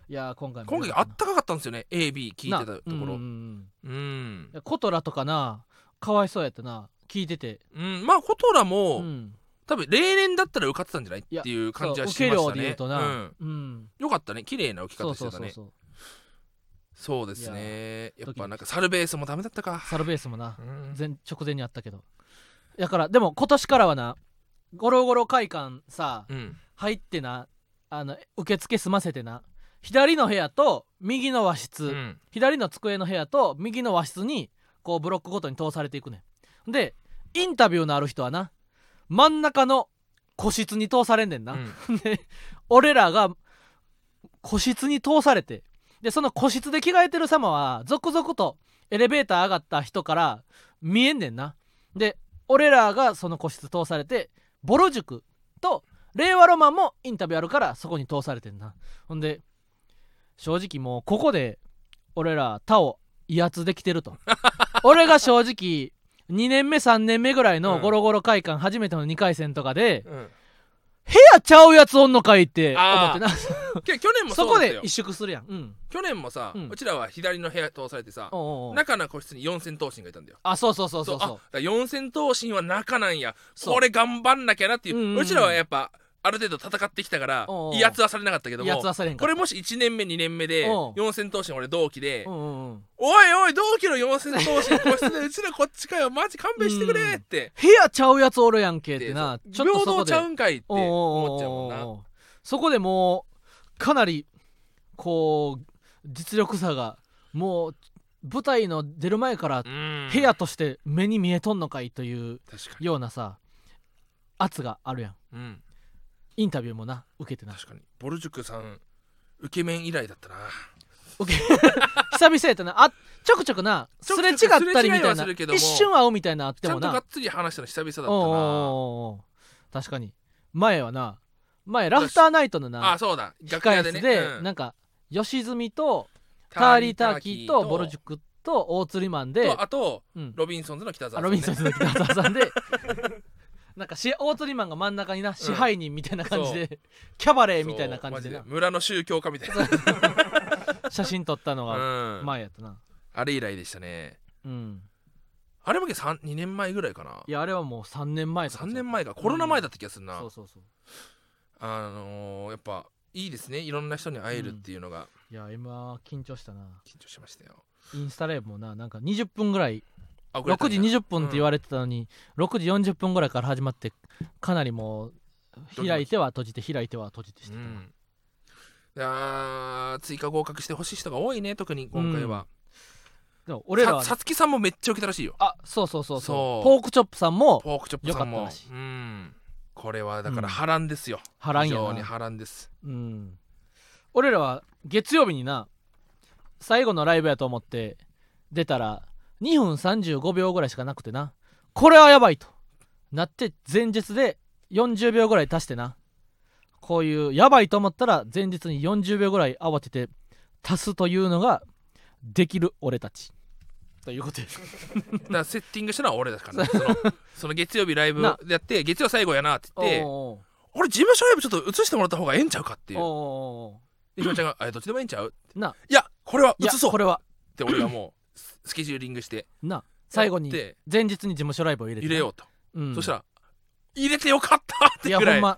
[SPEAKER 1] いやー今回も
[SPEAKER 2] 今回あったかかったんですよね AB 聞いてたとこ
[SPEAKER 1] な
[SPEAKER 2] ろ
[SPEAKER 1] う
[SPEAKER 2] うん
[SPEAKER 1] ん
[SPEAKER 2] うん、
[SPEAKER 1] コトラとかなかわいそうやったな聞いてて、
[SPEAKER 2] まあコトラ
[SPEAKER 1] う
[SPEAKER 2] も、
[SPEAKER 1] ん、
[SPEAKER 2] 多分例年だったら受かってたんじゃないっていう感じはしま
[SPEAKER 1] そう受け量
[SPEAKER 2] した
[SPEAKER 1] で言う
[SPEAKER 2] ね
[SPEAKER 1] とな、
[SPEAKER 2] うん、
[SPEAKER 1] うん、
[SPEAKER 2] よかったね綺麗な受け
[SPEAKER 1] そ
[SPEAKER 2] 方
[SPEAKER 1] う
[SPEAKER 2] して
[SPEAKER 1] そう
[SPEAKER 2] た
[SPEAKER 1] そう
[SPEAKER 2] ね
[SPEAKER 1] そう
[SPEAKER 2] そうですね
[SPEAKER 1] や
[SPEAKER 2] や
[SPEAKER 1] ー
[SPEAKER 2] っぱなんかサルベースもダメだったか、
[SPEAKER 1] サルベースもな
[SPEAKER 2] うん
[SPEAKER 1] 前直前にあったけどだからでも今年からはなゴロゴロ会館さ
[SPEAKER 2] うん
[SPEAKER 1] 入ってなあの受付済ませてな左の部屋と右の和室、
[SPEAKER 2] うん
[SPEAKER 1] 左の机の部屋と右の和室にこうブロックごとに通されていくねんでインタビューのある人はな真ん中の個室に通されんねんな、
[SPEAKER 2] うん
[SPEAKER 1] で俺らが個室に通されてでその個室で着替えてる様は続々とエレベーター上がった人から見えんねんなで俺らがその個室通されてボロ塾と令和ロマンもインタビューあるからそこに通されてんなほんで正直もうここで俺ら他を威圧できてると俺が正直2年目3年目ぐらいのゴロゴロ会館初めての2回戦とかで、
[SPEAKER 2] うん
[SPEAKER 1] 部屋ちゃうやつおんのかいって思っ
[SPEAKER 2] あ
[SPEAKER 1] て
[SPEAKER 2] ー
[SPEAKER 1] な
[SPEAKER 2] け去年も
[SPEAKER 1] そ
[SPEAKER 2] そ
[SPEAKER 1] こ
[SPEAKER 2] うだった
[SPEAKER 1] で
[SPEAKER 2] よ
[SPEAKER 1] 一縮するやん、うん、
[SPEAKER 2] 去年もさ、
[SPEAKER 1] う
[SPEAKER 2] うんちらは左の部屋通されてさ
[SPEAKER 1] おうおうおう
[SPEAKER 2] 中の個室に四千頭身がいたんだよ
[SPEAKER 1] あそうそうそうそう
[SPEAKER 2] あだ
[SPEAKER 1] そ
[SPEAKER 2] か
[SPEAKER 1] う
[SPEAKER 2] ら四千頭身は中なんや
[SPEAKER 1] そう
[SPEAKER 2] これ頑張んなきゃなってい
[SPEAKER 1] う
[SPEAKER 2] う,、うん
[SPEAKER 1] うんうん
[SPEAKER 2] ちらはやっぱある程度戦ってきたから
[SPEAKER 1] おうおう
[SPEAKER 2] 威圧はされなかったけど
[SPEAKER 1] 威圧
[SPEAKER 2] も
[SPEAKER 1] はされへんか
[SPEAKER 2] こ
[SPEAKER 1] ら
[SPEAKER 2] れもし1年目2年目で
[SPEAKER 1] おう
[SPEAKER 2] 四千頭身俺同期で、
[SPEAKER 1] うんうんうん
[SPEAKER 2] おいおい同期の四千頭身個室でうちらこっちかよマジ勘弁してくれって、
[SPEAKER 1] 部屋ちゃうやつおるやんけってな
[SPEAKER 2] で
[SPEAKER 1] ちょっと
[SPEAKER 2] 平
[SPEAKER 1] そこ
[SPEAKER 2] 等ち
[SPEAKER 1] で
[SPEAKER 2] ゃうんかいって
[SPEAKER 1] おう
[SPEAKER 2] 思
[SPEAKER 1] お
[SPEAKER 2] っ
[SPEAKER 1] う
[SPEAKER 2] ちゃう
[SPEAKER 1] お
[SPEAKER 2] も
[SPEAKER 1] うん
[SPEAKER 2] な
[SPEAKER 1] おうそこでもうかなりこう実力差がもう舞台の出る前から
[SPEAKER 2] うん
[SPEAKER 1] 部屋として目に見えとんのかいという
[SPEAKER 2] 確かに
[SPEAKER 1] ようなさ圧があるやん
[SPEAKER 2] うん
[SPEAKER 1] インタビューもな受けてな
[SPEAKER 2] 確かにボルジュクさんウケメン以来だったな
[SPEAKER 1] 受け [laughs] 久々やったなあちょくちょくな
[SPEAKER 2] ちょ
[SPEAKER 1] す
[SPEAKER 2] く
[SPEAKER 1] れ
[SPEAKER 2] ち
[SPEAKER 1] 違
[SPEAKER 2] ょ
[SPEAKER 1] っ
[SPEAKER 2] く
[SPEAKER 1] たりみたい
[SPEAKER 2] す
[SPEAKER 1] な
[SPEAKER 2] れ違いはするけども
[SPEAKER 1] 一瞬会うみたいなあっ
[SPEAKER 2] ち
[SPEAKER 1] て
[SPEAKER 2] ゃ
[SPEAKER 1] も
[SPEAKER 2] んとが
[SPEAKER 1] な
[SPEAKER 2] っつり話したの久々だった
[SPEAKER 1] おうおう
[SPEAKER 2] な
[SPEAKER 1] おうおう確かに前はな前ラフターナイトの
[SPEAKER 2] あ
[SPEAKER 1] な
[SPEAKER 2] そうだ楽
[SPEAKER 1] 控
[SPEAKER 2] 屋
[SPEAKER 1] え
[SPEAKER 2] でね
[SPEAKER 1] 室で
[SPEAKER 2] うん
[SPEAKER 1] なんか吉住と
[SPEAKER 2] タ
[SPEAKER 1] ターリー・ターキーとボルジュ
[SPEAKER 2] ク
[SPEAKER 1] クと大釣りマンで
[SPEAKER 2] とあと
[SPEAKER 1] うん
[SPEAKER 2] ロビンソンズの北
[SPEAKER 1] あ
[SPEAKER 2] 沢
[SPEAKER 1] ロビンソン
[SPEAKER 2] ズ
[SPEAKER 1] ズの北澤さんでなんかし大釣りマンが真ん中にな支配人みたいな感じで、キャバレーみたいな感じでな
[SPEAKER 2] 村の宗教家みたいな
[SPEAKER 1] 写真撮ったのが
[SPEAKER 2] うん
[SPEAKER 1] 前やったな
[SPEAKER 2] あれ以来でしたね
[SPEAKER 1] うん
[SPEAKER 2] あれもけ2年前ぐらいかない
[SPEAKER 1] やあれはもう3年前とか
[SPEAKER 2] 3年前かコロナ前だった気がするな
[SPEAKER 1] そうそうそう
[SPEAKER 2] あのーやっぱいいですねいろんな人に会えるっていうのが
[SPEAKER 1] いや今緊張したな
[SPEAKER 2] 緊張しましたよ
[SPEAKER 1] インスタライブもななんか20分ぐらい
[SPEAKER 2] あ遅れた
[SPEAKER 1] 6
[SPEAKER 2] ん
[SPEAKER 1] 時
[SPEAKER 2] だ
[SPEAKER 1] 20分って言われてたのに、6時40分ぐらいから始まってかなりもう開いては閉じて開いては閉じてして
[SPEAKER 2] う
[SPEAKER 1] たな、
[SPEAKER 2] んあー追加合格してほしい人が多いね特に今回は、
[SPEAKER 1] でも俺らは
[SPEAKER 2] ささつきさんもめっちゃ受けたらしいよ
[SPEAKER 1] あそうそうそうそう
[SPEAKER 2] そう
[SPEAKER 1] ポークチョップさんも
[SPEAKER 2] ポークチョップさ
[SPEAKER 1] よか
[SPEAKER 2] ん
[SPEAKER 1] った
[SPEAKER 2] も
[SPEAKER 1] らしい
[SPEAKER 2] うんこれはだか
[SPEAKER 1] うん
[SPEAKER 2] ら波乱ですよ、
[SPEAKER 1] 波乱
[SPEAKER 2] 非
[SPEAKER 1] や
[SPEAKER 2] 常に
[SPEAKER 1] な
[SPEAKER 2] 波乱です
[SPEAKER 1] うん、俺らは月曜日にな最後のライブやと思って出たら2分35秒ぐらいしかなくてなこれはやばいとなって前日で40秒ぐらい足してなこういうやばいと思ったら前日に40秒ぐらい慌てて足すというのができる俺たちということです
[SPEAKER 2] だからセッティングしたのは俺だから、ね、そのその月曜日ライブ
[SPEAKER 1] な
[SPEAKER 2] やって月曜最後やなって言って
[SPEAKER 1] お
[SPEAKER 2] 俺事務所ライブちょっと映してもらった方がええんちゃうかって
[SPEAKER 1] ーおーお
[SPEAKER 2] いうでひろちゃんが「あどっちでもええんちゃう?」
[SPEAKER 1] ーない
[SPEAKER 2] やこれはい
[SPEAKER 1] や
[SPEAKER 2] 映そう
[SPEAKER 1] これは
[SPEAKER 2] って俺がもうススケジューリングして
[SPEAKER 1] な最後に
[SPEAKER 2] やって
[SPEAKER 1] 前日に事務所ライブを入れて
[SPEAKER 2] 入れようと、
[SPEAKER 1] う、うん、
[SPEAKER 2] そしたら「入れてよかった!」っ
[SPEAKER 1] い
[SPEAKER 2] てい
[SPEAKER 1] や
[SPEAKER 2] ぐ
[SPEAKER 1] ほ
[SPEAKER 2] ら
[SPEAKER 1] ん
[SPEAKER 2] い
[SPEAKER 1] ま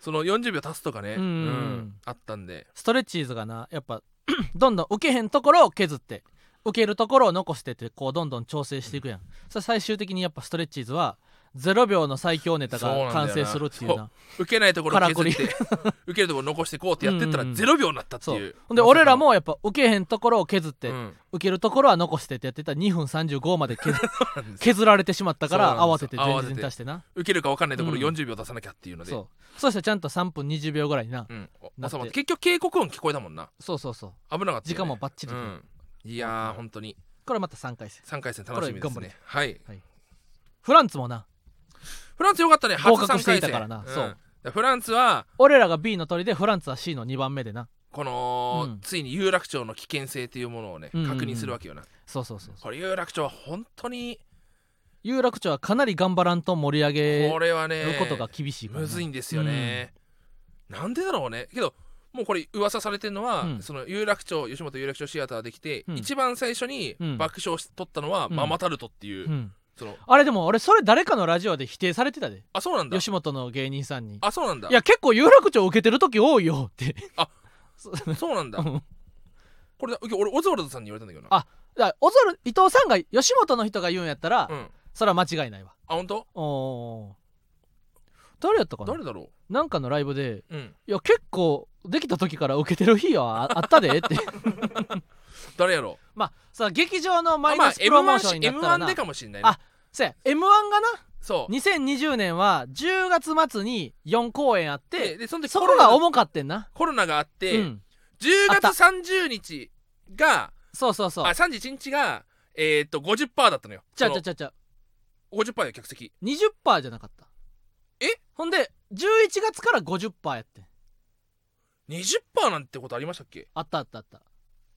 [SPEAKER 2] その40秒足すとかね、
[SPEAKER 1] うんうんうん
[SPEAKER 2] あったんで
[SPEAKER 1] ストレッチーズがなやっぱ [clears throat] どんどん受けへんところを削って受けるところを残してってこうどんどん調整していくやん、それ最終的にやっぱストレッチーズは0秒の最強ネタ
[SPEAKER 2] そうな
[SPEAKER 1] が
[SPEAKER 2] んだよ
[SPEAKER 1] 完
[SPEAKER 2] な
[SPEAKER 1] 成するっていうな
[SPEAKER 2] 受けないところ
[SPEAKER 1] からく
[SPEAKER 2] 削
[SPEAKER 1] り
[SPEAKER 2] って
[SPEAKER 1] [laughs]
[SPEAKER 2] 受けるところ残してこうってやってったら
[SPEAKER 1] うんうん
[SPEAKER 2] 0秒になったって
[SPEAKER 1] そう
[SPEAKER 2] いう
[SPEAKER 1] ほんで
[SPEAKER 2] まさかの
[SPEAKER 1] 俺らもやっぱ受けへんところを削って、
[SPEAKER 2] うん
[SPEAKER 1] 受けるところは残してってやってたら2分35まで
[SPEAKER 2] [laughs]
[SPEAKER 1] 削
[SPEAKER 2] なんです
[SPEAKER 1] 削られてしまったか
[SPEAKER 2] そう
[SPEAKER 1] ら
[SPEAKER 2] なん
[SPEAKER 1] 慌
[SPEAKER 2] です
[SPEAKER 1] て
[SPEAKER 2] よ
[SPEAKER 1] て前日
[SPEAKER 2] 慌て
[SPEAKER 1] に
[SPEAKER 2] て
[SPEAKER 1] 足してな
[SPEAKER 2] 受けるか分かんないところ
[SPEAKER 1] うん
[SPEAKER 2] 40秒出さなきゃっていうので、うん
[SPEAKER 1] そうそしたらちゃんと3分20秒ぐらいにな、
[SPEAKER 2] お
[SPEAKER 1] なって
[SPEAKER 2] 収まって結局警告音聞こえたもんな
[SPEAKER 1] そうそうそう
[SPEAKER 2] 危なかったよね、
[SPEAKER 1] 時間もバッチリ
[SPEAKER 2] う
[SPEAKER 1] で、
[SPEAKER 2] ん、いやー本当に
[SPEAKER 1] これまた3回戦
[SPEAKER 2] 3回戦楽しみで
[SPEAKER 1] こ
[SPEAKER 2] す
[SPEAKER 1] れ頑張
[SPEAKER 2] ねはい
[SPEAKER 1] フランツもな
[SPEAKER 2] フランスよかったね
[SPEAKER 1] 合
[SPEAKER 2] 初3
[SPEAKER 1] 格
[SPEAKER 2] 回
[SPEAKER 1] して
[SPEAKER 2] 戦
[SPEAKER 1] いたからなそうん
[SPEAKER 2] だらフランスは
[SPEAKER 1] 俺らが B の鳥でフランツは C の2番目でな
[SPEAKER 2] この、
[SPEAKER 1] うん
[SPEAKER 2] ついに有楽町の危険性というものをね
[SPEAKER 1] うんうんうん
[SPEAKER 2] 確認するわけよな、
[SPEAKER 1] そうそうそうそう
[SPEAKER 2] これ有楽町は本当に
[SPEAKER 1] 有楽町はかなり頑張らんと盛り上げ
[SPEAKER 2] こ
[SPEAKER 1] る
[SPEAKER 2] れはね、
[SPEAKER 1] ことが厳しいからな、
[SPEAKER 2] むずいんですよね、なんでだろうねけどもうこれ噂されてるのは、
[SPEAKER 1] うん
[SPEAKER 2] その有楽町吉本有楽町シアターできて、
[SPEAKER 1] うん
[SPEAKER 2] 一番最初に
[SPEAKER 1] うん
[SPEAKER 2] 爆笑し取ったのは、
[SPEAKER 1] うん
[SPEAKER 2] ママタルトっていう、
[SPEAKER 1] うん
[SPEAKER 2] その
[SPEAKER 1] あれでも俺それ誰かのラジオで否定されてたで
[SPEAKER 2] あそうなんだ
[SPEAKER 1] 吉本の芸人さんに
[SPEAKER 2] あそうなんだ
[SPEAKER 1] いや結構有楽町受けてる時多いよって
[SPEAKER 2] あ
[SPEAKER 1] そう
[SPEAKER 2] そうなんだ
[SPEAKER 1] うん
[SPEAKER 2] これだ俺オズワルドさんに言われたんだけど
[SPEAKER 1] あだからおそる伊藤さんが吉本の人が言うんやったら、
[SPEAKER 2] なうん
[SPEAKER 1] それは間違いないわ
[SPEAKER 2] あ本当
[SPEAKER 1] おー誰やったかな
[SPEAKER 2] 誰だろ
[SPEAKER 1] なんかのライブで
[SPEAKER 2] ううん
[SPEAKER 1] いや結構できた時から受けてる日はああったでって
[SPEAKER 2] [laughs] 誰やろう
[SPEAKER 1] まあさ劇場のマ
[SPEAKER 2] まあ
[SPEAKER 1] イ
[SPEAKER 2] まあ
[SPEAKER 1] ナスプロモーションにな
[SPEAKER 2] M1
[SPEAKER 1] っ
[SPEAKER 2] した
[SPEAKER 1] ら
[SPEAKER 2] M1
[SPEAKER 1] な
[SPEAKER 2] でかもしれない
[SPEAKER 1] あ
[SPEAKER 2] ね
[SPEAKER 1] そうや M1 がな
[SPEAKER 2] そう
[SPEAKER 1] 2020年は10月末に4公演あっ
[SPEAKER 2] で
[SPEAKER 1] て
[SPEAKER 2] でその時
[SPEAKER 1] そ
[SPEAKER 2] コ
[SPEAKER 1] こ
[SPEAKER 2] ロ
[SPEAKER 1] が
[SPEAKER 2] ナ
[SPEAKER 1] 重かってんな、
[SPEAKER 2] コロナがあって、
[SPEAKER 1] うん
[SPEAKER 2] 10
[SPEAKER 1] あ
[SPEAKER 2] 月30日が
[SPEAKER 1] そうそう
[SPEAKER 2] あ
[SPEAKER 1] そう
[SPEAKER 2] 31日がえー、っと50%だったのよ
[SPEAKER 1] ちゃ
[SPEAKER 2] そうの
[SPEAKER 1] ちゃうちゃうちゃう
[SPEAKER 2] 50%よ客席
[SPEAKER 1] 20%じゃなかった
[SPEAKER 2] え
[SPEAKER 1] ほんで11月から50%やってん
[SPEAKER 2] 20%なんてことありましたっけ
[SPEAKER 1] あったあったあった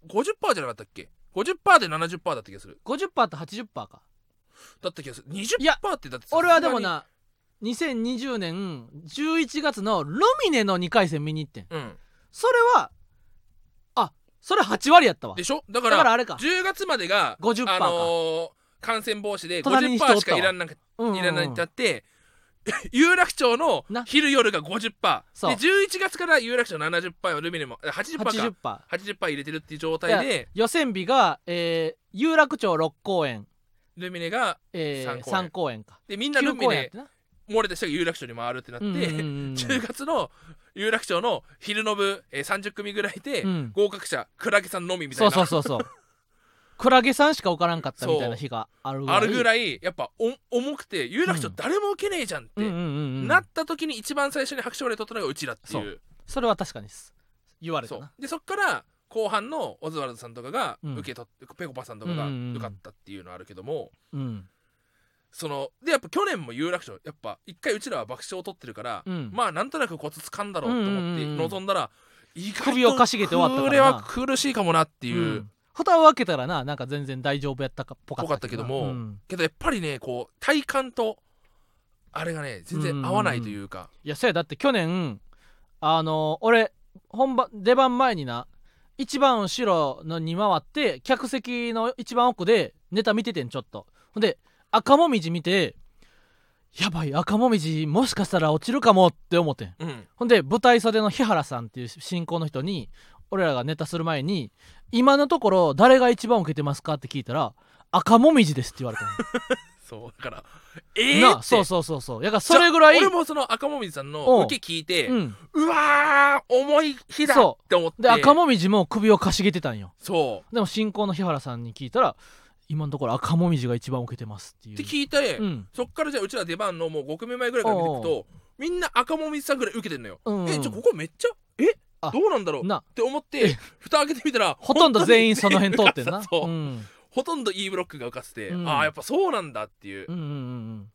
[SPEAKER 2] 50%じゃなかったっけ50%で70%だった気がする
[SPEAKER 1] 50%と80%か
[SPEAKER 2] だった気がする20%
[SPEAKER 1] いや
[SPEAKER 2] ってだってさ
[SPEAKER 1] 俺はでもな2020年11月のルミネの2回戦見に行ってん
[SPEAKER 2] さすがにうん
[SPEAKER 1] それはあそれ8割やったわ
[SPEAKER 2] でしょだか
[SPEAKER 1] だから
[SPEAKER 2] ら
[SPEAKER 1] あれか
[SPEAKER 2] 10月までが
[SPEAKER 1] 50%か
[SPEAKER 2] あのー感染防止で
[SPEAKER 1] 隣に人おったわ
[SPEAKER 2] 50%しかいらんなく
[SPEAKER 1] うんうんうん
[SPEAKER 2] いらないってなって、 [laughs] 有楽町の
[SPEAKER 1] な
[SPEAKER 2] 昼夜が50%で
[SPEAKER 1] そう
[SPEAKER 2] 11月から有楽町70%はルミネもあ80%か 80%,
[SPEAKER 1] 80%
[SPEAKER 2] 入れてるっていう状態で
[SPEAKER 1] 予選日が、えー有楽町6公演、
[SPEAKER 2] ルミネが
[SPEAKER 1] え
[SPEAKER 2] 三
[SPEAKER 1] ー、
[SPEAKER 2] 公演
[SPEAKER 1] 3公演か
[SPEAKER 2] でみんなル
[SPEAKER 1] 9
[SPEAKER 2] ミ
[SPEAKER 1] 公演やっ
[SPEAKER 2] ネ
[SPEAKER 1] てな
[SPEAKER 2] 漏れた人が有楽町に回るってなって、
[SPEAKER 1] うんうんうん
[SPEAKER 2] 10月の有楽町の昼の部、えー30組ぐらいで、
[SPEAKER 1] うん
[SPEAKER 2] 合格者クラゲさんのみみた
[SPEAKER 1] そ
[SPEAKER 2] いうな
[SPEAKER 1] そうそうそう [laughs] クラゲさんしか置からんかったみたいな日があるぐらい
[SPEAKER 2] あるぐ
[SPEAKER 1] い
[SPEAKER 2] らいやっぱお重くて有楽町
[SPEAKER 1] うん
[SPEAKER 2] 誰も受けねえじゃんって、
[SPEAKER 1] うんうんうんうん、
[SPEAKER 2] なった時に一番最初に白鳥で取ったのがうちらっていう
[SPEAKER 1] それは確かにです言われ
[SPEAKER 2] そ
[SPEAKER 1] た
[SPEAKER 2] う
[SPEAKER 1] な
[SPEAKER 2] でそっから後半のオズワルドさんとかが
[SPEAKER 1] うん
[SPEAKER 2] 受け取って、ペコパさんとかが
[SPEAKER 1] うんうんうん
[SPEAKER 2] 受かったっていうのはあるけども、
[SPEAKER 1] うん
[SPEAKER 2] そのでやっぱ去年も有楽町やっぱ一回うちらは爆笑を取ってるから、
[SPEAKER 1] うん
[SPEAKER 2] まあなんとなくコツつかんだろうと思って
[SPEAKER 1] うんうんうんうん
[SPEAKER 2] 臨んだら、意外と
[SPEAKER 1] 首をかしげて終わったからな
[SPEAKER 2] これは苦しいかもなっていう、
[SPEAKER 1] うん蓋を開けたらななんか全然大丈夫やったかっぽかったな
[SPEAKER 2] ぽかったけど
[SPEAKER 1] う
[SPEAKER 2] も
[SPEAKER 1] ん
[SPEAKER 2] けどやっぱりねこう体感とあれがね全然合わないというか、
[SPEAKER 1] いやそやだって去年あの俺本番出番前にな一番後ろのに回って客席の一番奥でネタ見ててんちょっとほんで赤もみじ見てやばい赤もみじもしかしたら落ちるかもって思ってん
[SPEAKER 2] うん
[SPEAKER 1] ほんで舞台袖の日原さんっていう進行の人に俺らがネタする前に「今のところ誰が一番受けてますか?」って聞いたら「赤もみじです」って言われたの
[SPEAKER 2] そうだからええ
[SPEAKER 1] な
[SPEAKER 2] って
[SPEAKER 1] そうそうそうそうやからそれぐらい
[SPEAKER 2] じゃあ俺もその赤もみじさん
[SPEAKER 1] うん
[SPEAKER 2] の受け聞いて、う
[SPEAKER 1] うん、
[SPEAKER 2] わー重い日だ
[SPEAKER 1] そ
[SPEAKER 2] って思って
[SPEAKER 1] で赤もみじも首をかしげてたんよ
[SPEAKER 2] そう
[SPEAKER 1] でも進行の日原さんに聞いたら今のところ赤もみじが一番受けてますっていう
[SPEAKER 2] って聞いて、
[SPEAKER 1] うん
[SPEAKER 2] そっからじゃあうちら出番のもう5組前ぐらいから見ていくとみんな赤もみじさんぐらい受けてんのよ、
[SPEAKER 1] うんうん
[SPEAKER 2] えじゃあここめっちゃえ
[SPEAKER 1] あ
[SPEAKER 2] どうなんだろうっ
[SPEAKER 1] な
[SPEAKER 2] て思って蓋開けてみたら
[SPEAKER 1] [laughs] ほとんど全員その辺通ってんな
[SPEAKER 2] 本当に全員受かったそう
[SPEAKER 1] うん
[SPEAKER 2] ほとんど E ブロックが受かってて、
[SPEAKER 1] うん
[SPEAKER 2] ああやっぱそうなんだっていう、
[SPEAKER 1] うんうんう
[SPEAKER 2] [laughs]
[SPEAKER 1] ん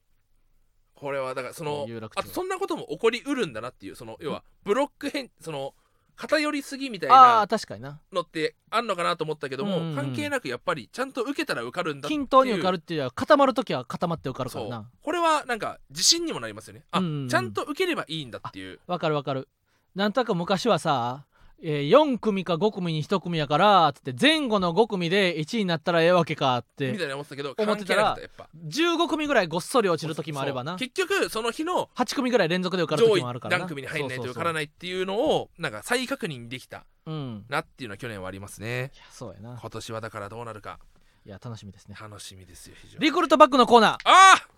[SPEAKER 2] これはだからその
[SPEAKER 1] 有楽町
[SPEAKER 2] あとそんなことも起こりうるんだなっていうその要はブロック変その偏りすぎみ
[SPEAKER 1] う
[SPEAKER 2] たい
[SPEAKER 1] んああ
[SPEAKER 2] な
[SPEAKER 1] 確かにな
[SPEAKER 2] のってあんのかなと思ったけども、
[SPEAKER 1] うんうん
[SPEAKER 2] 関係なくやっぱりちゃんと受けたら受かるんだっていう
[SPEAKER 1] 均等に受かるっていうよりは固まるときは固まって受かるか
[SPEAKER 2] そ
[SPEAKER 1] ら
[SPEAKER 2] う
[SPEAKER 1] な
[SPEAKER 2] これはなんか自信にもなりますよねあ、
[SPEAKER 1] うんうんうん
[SPEAKER 2] ちゃんと受ければいいんだっていう
[SPEAKER 1] わかるわかるなんとなく昔はさ、えー、4組か5組に1組やからつって前後の5組で1位になったらええわけかっ
[SPEAKER 2] みた
[SPEAKER 1] て
[SPEAKER 2] いな思ってたけど
[SPEAKER 1] 思
[SPEAKER 2] 関
[SPEAKER 1] って
[SPEAKER 2] 係
[SPEAKER 1] た
[SPEAKER 2] な
[SPEAKER 1] ら
[SPEAKER 2] かったやっぱ
[SPEAKER 1] 15組ぐらいごっそり落ちる時もあればな
[SPEAKER 2] そう結局その日の
[SPEAKER 1] 8組ぐらい連続で受かる
[SPEAKER 2] 上
[SPEAKER 1] 時
[SPEAKER 2] 位
[SPEAKER 1] もあるからな
[SPEAKER 2] 何組に入んないと受から
[SPEAKER 1] ない
[SPEAKER 2] ないっていうのをなんか再確認できた
[SPEAKER 1] うん
[SPEAKER 2] なっていうのは去年はありますね
[SPEAKER 1] いやそうやな
[SPEAKER 2] 今年はだからどうなるか
[SPEAKER 1] いや楽しみですね
[SPEAKER 2] 楽しみですよ非常に
[SPEAKER 1] リクルートバッグのコーナ
[SPEAKER 2] ああ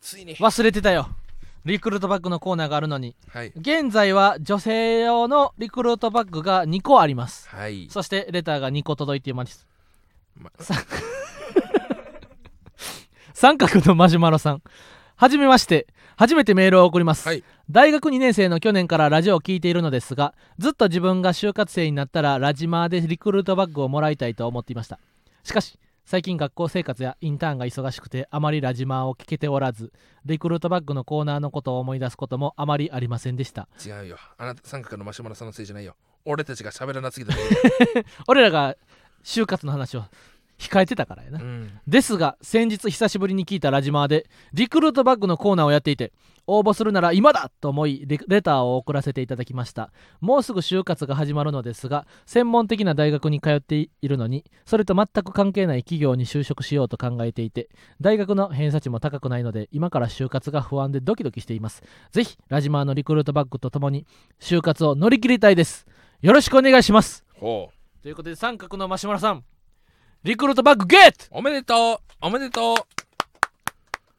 [SPEAKER 2] ついに
[SPEAKER 1] ー忘れてたよリクルートバッグのコーナーがあるのに
[SPEAKER 2] はい
[SPEAKER 1] 現在は女性用のリクルートバッグが2個あります
[SPEAKER 2] はい、
[SPEAKER 1] そしてレターが2個届いています
[SPEAKER 2] ま
[SPEAKER 1] 三角のマシュマロさんはじめまして初めてメールを送ります、
[SPEAKER 2] はい
[SPEAKER 1] 大学2年生の去年からラジオを聞いているのですがずっと自分が就活生になったらラジマーでリクルートバッグをもらいたいと思っていましたしかし最近学校生活やインターンが忙しくてあまりラジマーを聞けておらずリクルートバッグのコーナーのことを思い出すこともあまりありませんでした
[SPEAKER 2] 違うよあなた三角のマシュマロさんのせいじゃないよ俺たちが喋らなす
[SPEAKER 1] [laughs]
[SPEAKER 2] ぎた、
[SPEAKER 1] 俺らが就活の話を控えてたからやな
[SPEAKER 2] うん、
[SPEAKER 1] ですが先日久しぶりに聞いたラジマーでリクルートバッグのコーナーをやっていて応募するなら今だと思いレレターを送らせていただきましたもうすぐ就活が始まるのですが専門的な大学に通っているのにそれと全く関係ない企業に就職しようと考えていて大学の偏差値も高くないので今から就活が不安でドキドキしていますぜひラジマーのリクルートバッグとともに就活を乗り切りたいですよろしくお願いします
[SPEAKER 2] ほう
[SPEAKER 1] ということで三角のマシュマロさんリクルートバッグゲット
[SPEAKER 2] おめでとうおめでとう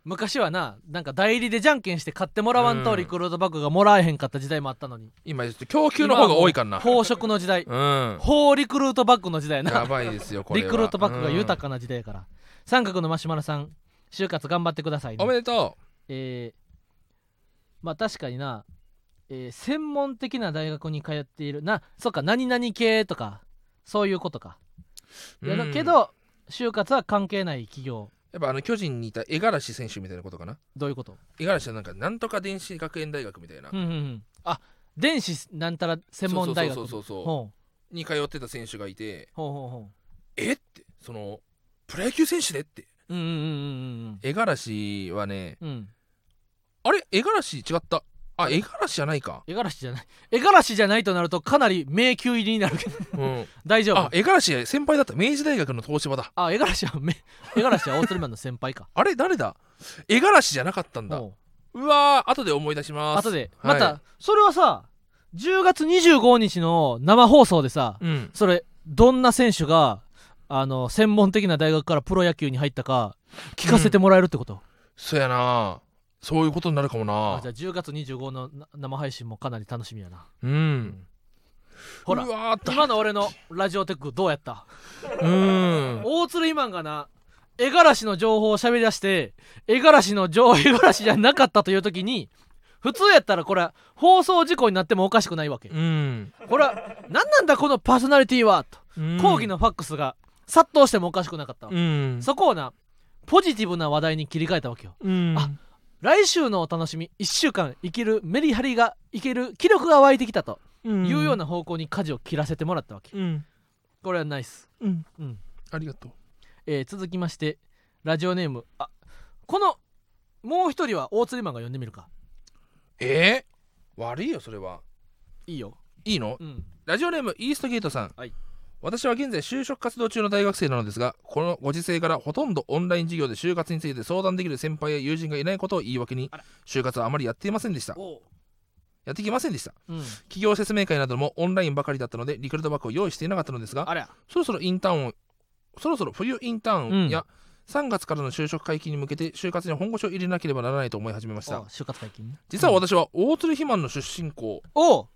[SPEAKER 1] 昔はななんか代理でじゃんけんして買ってもらわん
[SPEAKER 2] う
[SPEAKER 1] と
[SPEAKER 2] ん
[SPEAKER 1] リクルートバッグがもらえへんかった時代もあったのに
[SPEAKER 2] 今ちょっと供給の方が多いかな
[SPEAKER 1] 宝飾の時代
[SPEAKER 2] うん
[SPEAKER 1] 宝リクルートバッグの時代や
[SPEAKER 2] [laughs] や
[SPEAKER 1] な
[SPEAKER 2] ばいですよこれ
[SPEAKER 1] リ
[SPEAKER 2] は
[SPEAKER 1] クルートバッグが豊
[SPEAKER 2] か、
[SPEAKER 1] かな時代やから、三角のマシュマロさん就活頑張ってください
[SPEAKER 2] うんお
[SPEAKER 1] ね
[SPEAKER 2] めでと
[SPEAKER 1] えーまあ確かにな、えー専門的な大学に通っているなそっか何々系とかそういうことか、
[SPEAKER 2] う
[SPEAKER 1] いやだ
[SPEAKER 2] うん
[SPEAKER 1] けど就活は関係ない企業
[SPEAKER 2] やっぱあの巨人にいた五十嵐選手みたいなことかな
[SPEAKER 1] どういうこと
[SPEAKER 2] 五十嵐はなんかなんとか電子学園大学みたいな
[SPEAKER 1] うんうんうんあ電子なんたら専門大学
[SPEAKER 2] そうそうそうそうそ
[SPEAKER 1] ほう
[SPEAKER 2] うに通ってた選手がいて
[SPEAKER 1] ほうほうほ
[SPEAKER 2] えってそのプロ野球選手でって
[SPEAKER 1] う。うんうんうん
[SPEAKER 2] 五十嵐はね
[SPEAKER 1] うんうん。うん。
[SPEAKER 2] あれ五十嵐違ったあ五十嵐じゃないか
[SPEAKER 1] 絵柄じゃない。絵柄じゃないとなるとかなり迷宮入りになるけど
[SPEAKER 2] うん
[SPEAKER 1] 大丈
[SPEAKER 2] あ
[SPEAKER 1] 夫。
[SPEAKER 2] 五十嵐先輩だった明治大学の東芝だ
[SPEAKER 1] あ、絵柄はめ [laughs] 絵柄はオートルマンの先輩か。
[SPEAKER 2] あれ誰だ五十嵐じゃなかったんだ
[SPEAKER 1] ほ
[SPEAKER 2] うわー後で思い出し
[SPEAKER 1] う
[SPEAKER 2] ます
[SPEAKER 1] 後で、
[SPEAKER 2] はい
[SPEAKER 1] またそれはさ、10月25日の生放送でさ、
[SPEAKER 2] うん
[SPEAKER 1] それどんな選手があの専門的な大学からプロ野球に入ったか聞かせてもらえるってこと。
[SPEAKER 2] そやなそういうことになるかも
[SPEAKER 1] あ
[SPEAKER 2] な
[SPEAKER 1] じゃあ10月25のな生配信もかなり楽しみやな。
[SPEAKER 2] うん
[SPEAKER 1] ほら
[SPEAKER 2] うわーだ
[SPEAKER 1] 今の俺のラジオテックどうやった
[SPEAKER 2] うーん
[SPEAKER 1] 大鶴ひまんがな絵柄らしの情報を喋り出して絵柄らしの情絵柄らしじゃなかったという時に普通やったらこれ放送事故になってもおかしくないわけ
[SPEAKER 2] うん
[SPEAKER 1] これは何なんだこのパーソナリティはと
[SPEAKER 2] うん
[SPEAKER 1] 抗議のファックスが殺到してもおかしくなかったわけ、
[SPEAKER 2] うん
[SPEAKER 1] そこをなポジティブな話題に切り替えたわけよ
[SPEAKER 2] うん
[SPEAKER 1] あ来週のお楽しみ1週間生きるメリハリがいける気力が湧いてきたと
[SPEAKER 2] うん
[SPEAKER 1] いうような方向に舵を切らせてもらったわけ
[SPEAKER 2] うん
[SPEAKER 1] これはナイス、
[SPEAKER 2] うん
[SPEAKER 1] うん
[SPEAKER 2] ありがとう
[SPEAKER 1] えー続きましてラジオネームあこのもう一人は大釣りマンが呼んでみるか
[SPEAKER 2] えー、悪いよそれはい
[SPEAKER 1] いよ、
[SPEAKER 2] いいの
[SPEAKER 1] うん、
[SPEAKER 2] ラジオネームイーストゲートさん、
[SPEAKER 1] はい
[SPEAKER 2] 私は現在就職活動中の大学生なのですがこのご時世からほとんどオンライン授業で就活について相談できる先輩や友人がいないことを言い訳に
[SPEAKER 1] あら
[SPEAKER 2] 就活はあまりやっていませんでした
[SPEAKER 1] おう、
[SPEAKER 2] やってきませんでした
[SPEAKER 1] うん、
[SPEAKER 2] 企業説明会などもオンラインばかりだったのでリクルートバッグを用意していなかったのですが
[SPEAKER 1] あら
[SPEAKER 2] そろそろインターンをそろそろ冬インターンや、3月からの就職解禁に向けて就活に本腰を入れなければならないと思い始めました
[SPEAKER 1] お就活解禁ね
[SPEAKER 2] 実は私は大鶴肥満の出身校
[SPEAKER 1] おう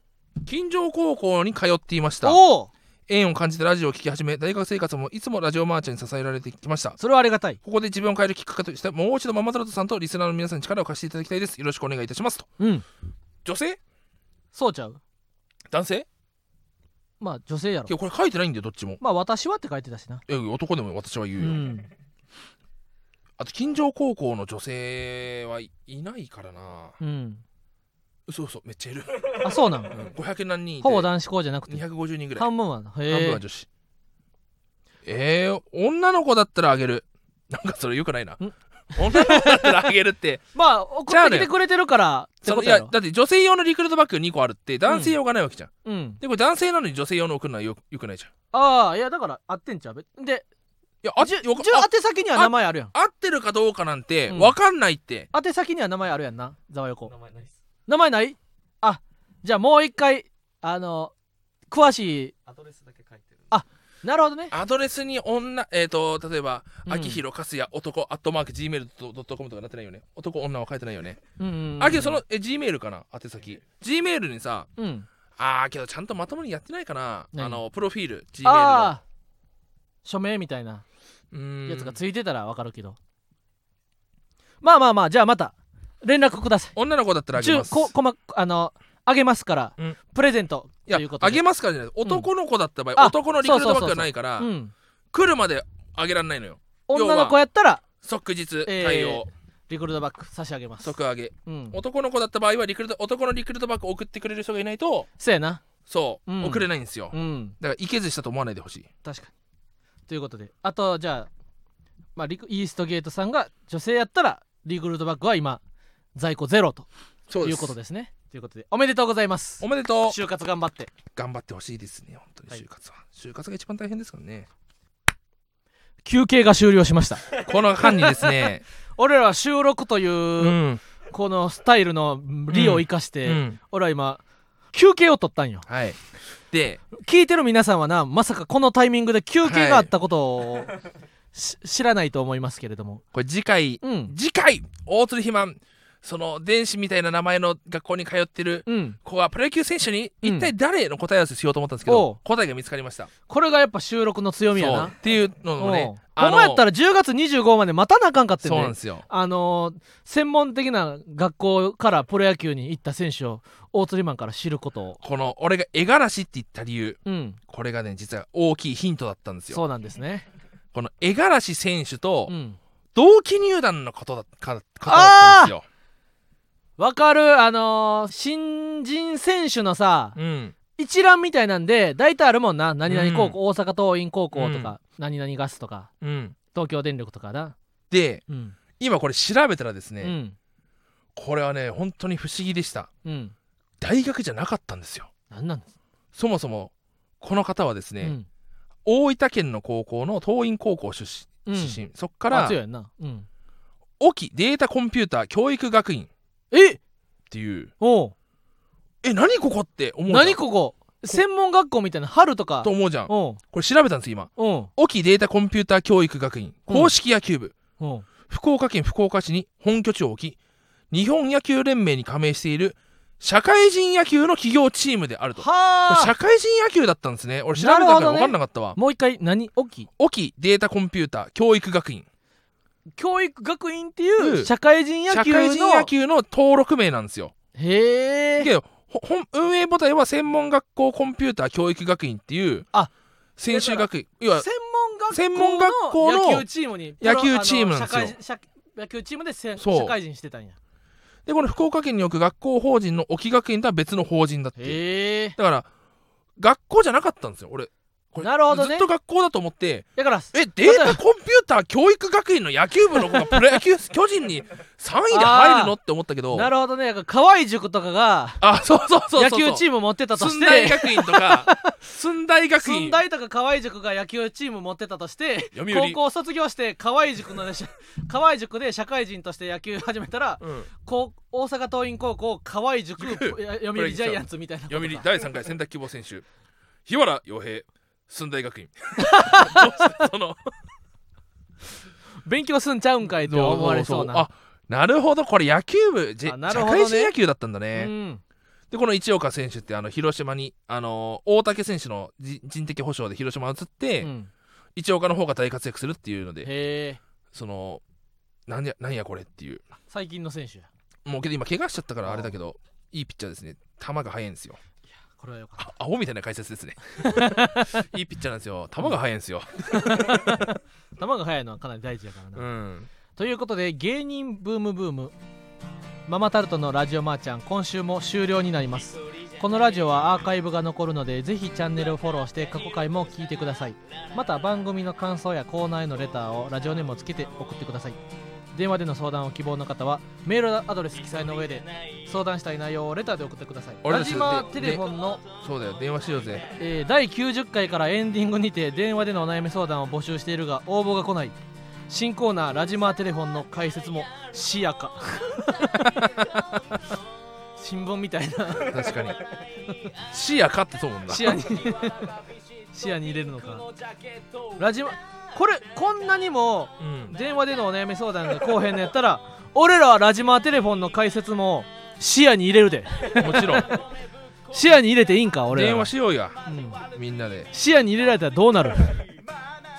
[SPEAKER 2] 金城高校に通っていました
[SPEAKER 1] おう
[SPEAKER 2] 縁を感じてラジオを聴き始め大学生活もいつもラジオマーチャに支えられてきました
[SPEAKER 1] それはありがたい
[SPEAKER 2] ここで自分を変えるきっかけとしてもう一度ママタルトさんとリスナーの皆さんに力を貸していただきたいですよろしくお願いいたしますと
[SPEAKER 1] うん
[SPEAKER 2] 女性
[SPEAKER 1] そうちゃう
[SPEAKER 2] 男性い
[SPEAKER 1] まあ女性やろ
[SPEAKER 2] やこれ書いてないんだよどっちも
[SPEAKER 1] まあ私はって書いてたしな
[SPEAKER 2] え男でも私は言う
[SPEAKER 1] う
[SPEAKER 2] よ、
[SPEAKER 1] ん
[SPEAKER 2] あと金城高校の女性はいいないからな
[SPEAKER 1] うん
[SPEAKER 2] そうそうめっちゃいる、 [laughs]
[SPEAKER 1] あそうな
[SPEAKER 2] うんん、500何人いて
[SPEAKER 1] ほぼ男子校じゃなくて
[SPEAKER 2] 250人ぐらい
[SPEAKER 1] 半分はなへえ
[SPEAKER 2] 半分は女子えー、女の子だったらあげる [laughs] なんかそれよくないな女の子だったらあげる
[SPEAKER 1] [laughs]
[SPEAKER 2] って
[SPEAKER 1] まあ送ってきてくれてるからって
[SPEAKER 2] そ
[SPEAKER 1] こ
[SPEAKER 2] のい
[SPEAKER 1] とや
[SPEAKER 2] や
[SPEAKER 1] ろ
[SPEAKER 2] だって女性用のリクルートバッグ2個あるって男性用がないわけじゃん、
[SPEAKER 1] うん
[SPEAKER 2] でこれ男性なのに女性用の送るのはよよくないじゃんい
[SPEAKER 1] ああいやだから合ってんちゃうべで
[SPEAKER 2] やあ
[SPEAKER 1] じゅ
[SPEAKER 2] よく
[SPEAKER 1] じゅ
[SPEAKER 2] あ
[SPEAKER 1] 宛先には名前あるやん
[SPEAKER 2] 合ってるかどうかなんて
[SPEAKER 1] うん
[SPEAKER 2] 分かんないって、
[SPEAKER 1] 宛先には名前あるやんなざわよこ
[SPEAKER 3] 名前ないっす
[SPEAKER 1] 名前ないあじゃあもう一回あの詳しい
[SPEAKER 3] アドレスだけ書いてるんで
[SPEAKER 1] あなるほどね
[SPEAKER 2] アドレスに女えっ、と例えば「
[SPEAKER 1] うん
[SPEAKER 2] あきひろかすや男」「アットマーク Gmail.com」とかなってないよね男女は書いてないよね、
[SPEAKER 1] うんうんうん
[SPEAKER 2] あけどそのえ Gmail かな宛先 Gmail にさ
[SPEAKER 1] うん
[SPEAKER 2] あーけどちゃんとまともにやってないかな
[SPEAKER 1] 何
[SPEAKER 2] あのプロフィール Gmail の
[SPEAKER 1] ああ署名みたいな
[SPEAKER 2] うーん
[SPEAKER 1] やつがついてたらわかるけどまあまあまあじゃあまた連絡ください
[SPEAKER 2] 女の子だったらあげ
[SPEAKER 1] 中
[SPEAKER 2] ます
[SPEAKER 1] ここまあのあげますから、
[SPEAKER 2] うん
[SPEAKER 1] プレゼント
[SPEAKER 2] いや
[SPEAKER 1] ということで
[SPEAKER 2] あげますからじゃない男の子だった場合、
[SPEAKER 1] あ
[SPEAKER 2] 男のリクルートバッグがないから
[SPEAKER 1] うん、
[SPEAKER 2] 来るまであげらんないのよ要は
[SPEAKER 1] 女の子やったら
[SPEAKER 2] 即日
[SPEAKER 1] えー
[SPEAKER 2] 対応、
[SPEAKER 1] リクルートバッグ差し上げます
[SPEAKER 2] 即上げ
[SPEAKER 1] うん
[SPEAKER 2] 男の子だった場合はリクルート男のリクルートバッグ送ってくれる人がいないと
[SPEAKER 1] そうやな
[SPEAKER 2] そう、
[SPEAKER 1] うん
[SPEAKER 2] 送れないんですよ、
[SPEAKER 1] うん
[SPEAKER 2] だからいけずしたと思わないでほしい
[SPEAKER 1] 確かにということであとじゃあ、まあ、リクイーストゲートさんが女性やったらリクルートバッグは今在庫ゼロと
[SPEAKER 2] そ
[SPEAKER 1] いうことですねということでおめでとうございます
[SPEAKER 2] おめでとう
[SPEAKER 1] 就活頑張って
[SPEAKER 2] 頑張ってほしいですね本当に
[SPEAKER 1] はい
[SPEAKER 2] 就活は、就活が一番大変ですからね
[SPEAKER 1] 休憩が終了しま
[SPEAKER 2] [laughs]
[SPEAKER 1] した
[SPEAKER 2] この間にですね
[SPEAKER 1] 俺らは収録と [laughs] いう、
[SPEAKER 2] うん、
[SPEAKER 1] このスタイルの利を生かして、
[SPEAKER 2] うん
[SPEAKER 1] 俺は今休憩を取ったんよ
[SPEAKER 2] はいで
[SPEAKER 1] 聞いてる皆さんはなまさかこのタイミングで休憩があったことを、し知らないと思いますけれども
[SPEAKER 2] これ次回
[SPEAKER 1] うん
[SPEAKER 2] 次回大鶴肥満その電子みたいな名前の学校に通ってる
[SPEAKER 1] うん
[SPEAKER 2] 子はプロ野球選手に
[SPEAKER 1] うん
[SPEAKER 2] 一体誰の答え合わせしようと思ったんですけ
[SPEAKER 1] お
[SPEAKER 2] ど、
[SPEAKER 1] う
[SPEAKER 2] 答えが見つかりました
[SPEAKER 1] これがやっぱ収録の強みや
[SPEAKER 2] そう
[SPEAKER 1] な
[SPEAKER 2] っていうのも
[SPEAKER 1] お
[SPEAKER 2] ね
[SPEAKER 1] うお前やった
[SPEAKER 2] ら
[SPEAKER 1] ら10月25まで待たなあかんかって
[SPEAKER 2] そうなん
[SPEAKER 1] ね
[SPEAKER 2] ですよ
[SPEAKER 1] あのー専門的な学校からプロ野球に行った選手を大釣りマンから知ることを
[SPEAKER 2] この俺が絵がらしって言った理由
[SPEAKER 1] うん
[SPEAKER 2] これがね実は大きいヒントだったんですよ
[SPEAKER 1] そうなんですね
[SPEAKER 2] この絵がらし選手と
[SPEAKER 1] うん
[SPEAKER 2] 同期入団のことだか方だったんですよ、
[SPEAKER 1] わかるあのー新人選手のさ
[SPEAKER 2] うん、
[SPEAKER 1] 一覧みたいなんで大体あるもんな何々高校、大阪桐蔭高校と
[SPEAKER 2] う
[SPEAKER 1] か、何々ガスとか
[SPEAKER 2] うん、
[SPEAKER 1] 東京電力とかな
[SPEAKER 2] で
[SPEAKER 1] うん
[SPEAKER 2] 今これ調べたらですね、
[SPEAKER 1] うん
[SPEAKER 2] これはね本当に不思議でした
[SPEAKER 1] うん
[SPEAKER 2] 大学じゃなかったんですよ
[SPEAKER 1] 何なんです
[SPEAKER 2] そもそもこの方はですね、
[SPEAKER 1] うん
[SPEAKER 2] 大分県の高校の桐蔭高校出身、
[SPEAKER 1] うん
[SPEAKER 2] 出身そっか
[SPEAKER 1] あ
[SPEAKER 2] ら
[SPEAKER 1] 強いやんなうん
[SPEAKER 2] 沖データコンピューター教育学院っ
[SPEAKER 1] え
[SPEAKER 2] ていう
[SPEAKER 1] おう
[SPEAKER 2] え何ここって思うじゃん
[SPEAKER 1] 何ここ専門学校みたいな春とか
[SPEAKER 2] と思うじゃん
[SPEAKER 1] おう
[SPEAKER 2] これ調べたんです今
[SPEAKER 1] おう
[SPEAKER 2] 沖データコンピューター教育学院
[SPEAKER 1] うん
[SPEAKER 2] 公式野球部、
[SPEAKER 1] おう
[SPEAKER 2] 福岡県福岡市に本拠地を置き日本野球連盟に加盟している社会人野球の企業チームであるとこれ
[SPEAKER 1] はあ
[SPEAKER 2] 社会人野球だったんですね俺調べた
[SPEAKER 1] な
[SPEAKER 2] か
[SPEAKER 1] るほ
[SPEAKER 2] ら
[SPEAKER 1] どね
[SPEAKER 2] 分かんなかったわ
[SPEAKER 1] もう一回何大きい
[SPEAKER 2] 沖データコンピューター教育学院
[SPEAKER 1] 教育学院って
[SPEAKER 2] う
[SPEAKER 1] い
[SPEAKER 2] ん
[SPEAKER 1] う社会人野
[SPEAKER 2] 社
[SPEAKER 1] 球
[SPEAKER 2] 会
[SPEAKER 1] の
[SPEAKER 2] 人野球の登録名なんですよ
[SPEAKER 1] へえ
[SPEAKER 2] けどほほん運営母体は専門学校コンピューター教育学院っていう
[SPEAKER 1] あ
[SPEAKER 2] 専修学院要は
[SPEAKER 1] 専
[SPEAKER 2] 専門
[SPEAKER 1] 門
[SPEAKER 2] 学
[SPEAKER 1] 学
[SPEAKER 2] 校
[SPEAKER 1] 校
[SPEAKER 2] の
[SPEAKER 1] の野球チームに
[SPEAKER 2] 野球チームなんですよ
[SPEAKER 1] あの社会人社野球チームでせん
[SPEAKER 2] そう
[SPEAKER 1] 社会人してたんや
[SPEAKER 2] でこの福岡県におく学校法人の沖学院とは別の法人だっていう
[SPEAKER 1] へえ
[SPEAKER 2] だから学校じゃなかったんですよ俺これ
[SPEAKER 1] なるほどね
[SPEAKER 2] ずっと学校だと思って
[SPEAKER 1] だから
[SPEAKER 2] えデータコンピューター教育学院の野球部の子
[SPEAKER 1] [laughs]
[SPEAKER 2] がプロ野球巨人に3位で入るのって思ったけど
[SPEAKER 1] なるほどねだから河合塾とかが
[SPEAKER 2] あそうそうそうそう
[SPEAKER 1] 野球チーム持ってたと
[SPEAKER 2] 寸
[SPEAKER 1] し
[SPEAKER 2] 大
[SPEAKER 1] て
[SPEAKER 2] 学院と
[SPEAKER 1] [laughs]
[SPEAKER 2] か寸大学
[SPEAKER 1] 駿
[SPEAKER 2] 院
[SPEAKER 1] 大とか河合塾が野球チーム持ってたとして
[SPEAKER 2] 読売
[SPEAKER 1] 高校卒業して河合塾のねし [laughs] 河合塾で社会人として野球始めたら
[SPEAKER 2] うん
[SPEAKER 1] こう大阪桐蔭高校河合塾 [laughs]
[SPEAKER 2] 塾
[SPEAKER 1] や読売ジャイアンツみたいなことか
[SPEAKER 2] 読売第3回選択希望選手日原洋平寸
[SPEAKER 1] [laughs]
[SPEAKER 2] 大学院その
[SPEAKER 1] 勉強すんちゃうんかいと思われそうな
[SPEAKER 2] あなるほどこれ野球部、じ
[SPEAKER 1] あなる
[SPEAKER 2] 社
[SPEAKER 1] ほど
[SPEAKER 2] 会
[SPEAKER 1] ね
[SPEAKER 2] 人野球だったんだ
[SPEAKER 1] う
[SPEAKER 2] ね、
[SPEAKER 1] ん
[SPEAKER 2] でこの市岡選手ってあの広島にあの大竹選手の人人的保障で広島移って、
[SPEAKER 1] うん
[SPEAKER 2] 市岡の方が大活躍するっていうので
[SPEAKER 1] へえ
[SPEAKER 2] そのなんやなんやこれっていう
[SPEAKER 1] 最近の選手や
[SPEAKER 2] もうけど今怪我しちゃったからあれだけどいいピッチャーですね球が速いんですよ
[SPEAKER 1] これはよかっ
[SPEAKER 2] あアホみたいな解説で
[SPEAKER 1] [laughs]
[SPEAKER 2] すねいいピッチャーなんですよ球が速いんですよ、
[SPEAKER 1] た球が速いのはかなり大事やからな、
[SPEAKER 2] うん、
[SPEAKER 1] ということで芸人ブームブームママタルトのラジオマーちゃん今週も終了になりますこのラジオはアーカイブが残るのでぜひチャンネルをフォローして過去回も聞いてくださいまた番組の感想やコーナーへのレターをラジオネームをつけて送ってください電話での相談を希望の方はメールアドレス記載の上で相談したい内容をレターで送ってください
[SPEAKER 2] 俺
[SPEAKER 1] ラ
[SPEAKER 2] たち
[SPEAKER 1] ジマテレフォンの、
[SPEAKER 2] そうだよ電話しようぜ
[SPEAKER 1] えー第90回からエンディングにて電話でのお悩み相談を募集しているが応募が来ない新コーナーラジマーテレフォンの解説もしや
[SPEAKER 2] [laughs]
[SPEAKER 1] か新聞みたいな
[SPEAKER 2] 確かに視野かってそうもんな
[SPEAKER 1] 視野
[SPEAKER 2] [laughs]
[SPEAKER 1] に視野に入れるのかラジマこれこんなにも
[SPEAKER 2] うん
[SPEAKER 1] 電話でのお悩み相談が後編のやったら俺らはラジマーテレフォンの解説も視野に入れるで
[SPEAKER 2] もちろん
[SPEAKER 1] 視野に入れていいんか [laughs] 俺ら
[SPEAKER 2] 電
[SPEAKER 1] は
[SPEAKER 2] 話しようや
[SPEAKER 1] うん
[SPEAKER 2] みんなで
[SPEAKER 1] 視野に入れられたらどうなる、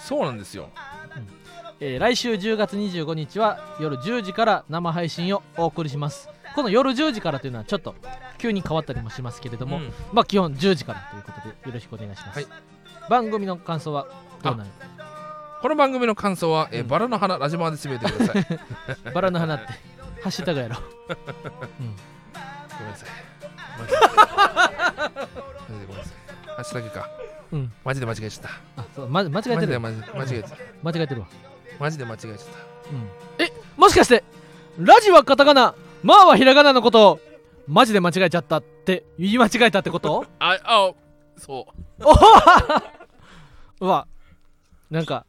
[SPEAKER 2] そうなんですよ
[SPEAKER 1] えー来週10月25日は夜10時から生配信をお送りしますこの夜10時からというのはちょっと急に変わったりもしますけれども、
[SPEAKER 2] うん
[SPEAKER 1] まあ基本10時からということでよろしくお願いします、
[SPEAKER 2] はい
[SPEAKER 1] 番組の感想はどうなる
[SPEAKER 2] この番組の感想は、えー
[SPEAKER 1] うん
[SPEAKER 2] バラの花ラジマーで締めてくださ
[SPEAKER 1] [laughs]
[SPEAKER 2] い
[SPEAKER 1] バラの花って [laughs] ハッシュタグやろ、うん
[SPEAKER 2] ごめんなさいマジでごめんなさいあしたけか
[SPEAKER 1] うん
[SPEAKER 2] マジで間違えちゃっ
[SPEAKER 1] あそうま、間違
[SPEAKER 2] た
[SPEAKER 1] えて
[SPEAKER 2] マジで
[SPEAKER 1] る
[SPEAKER 2] マジ間違えちゃっ
[SPEAKER 1] 間違えてるわ、
[SPEAKER 2] たマジで間違えちゃった
[SPEAKER 1] うん、えもしかしてラジはカタカナマーはひらがなのことをマジで間違えちゃったって言い間違えたってこと
[SPEAKER 2] ああそう
[SPEAKER 1] [laughs] うわなんか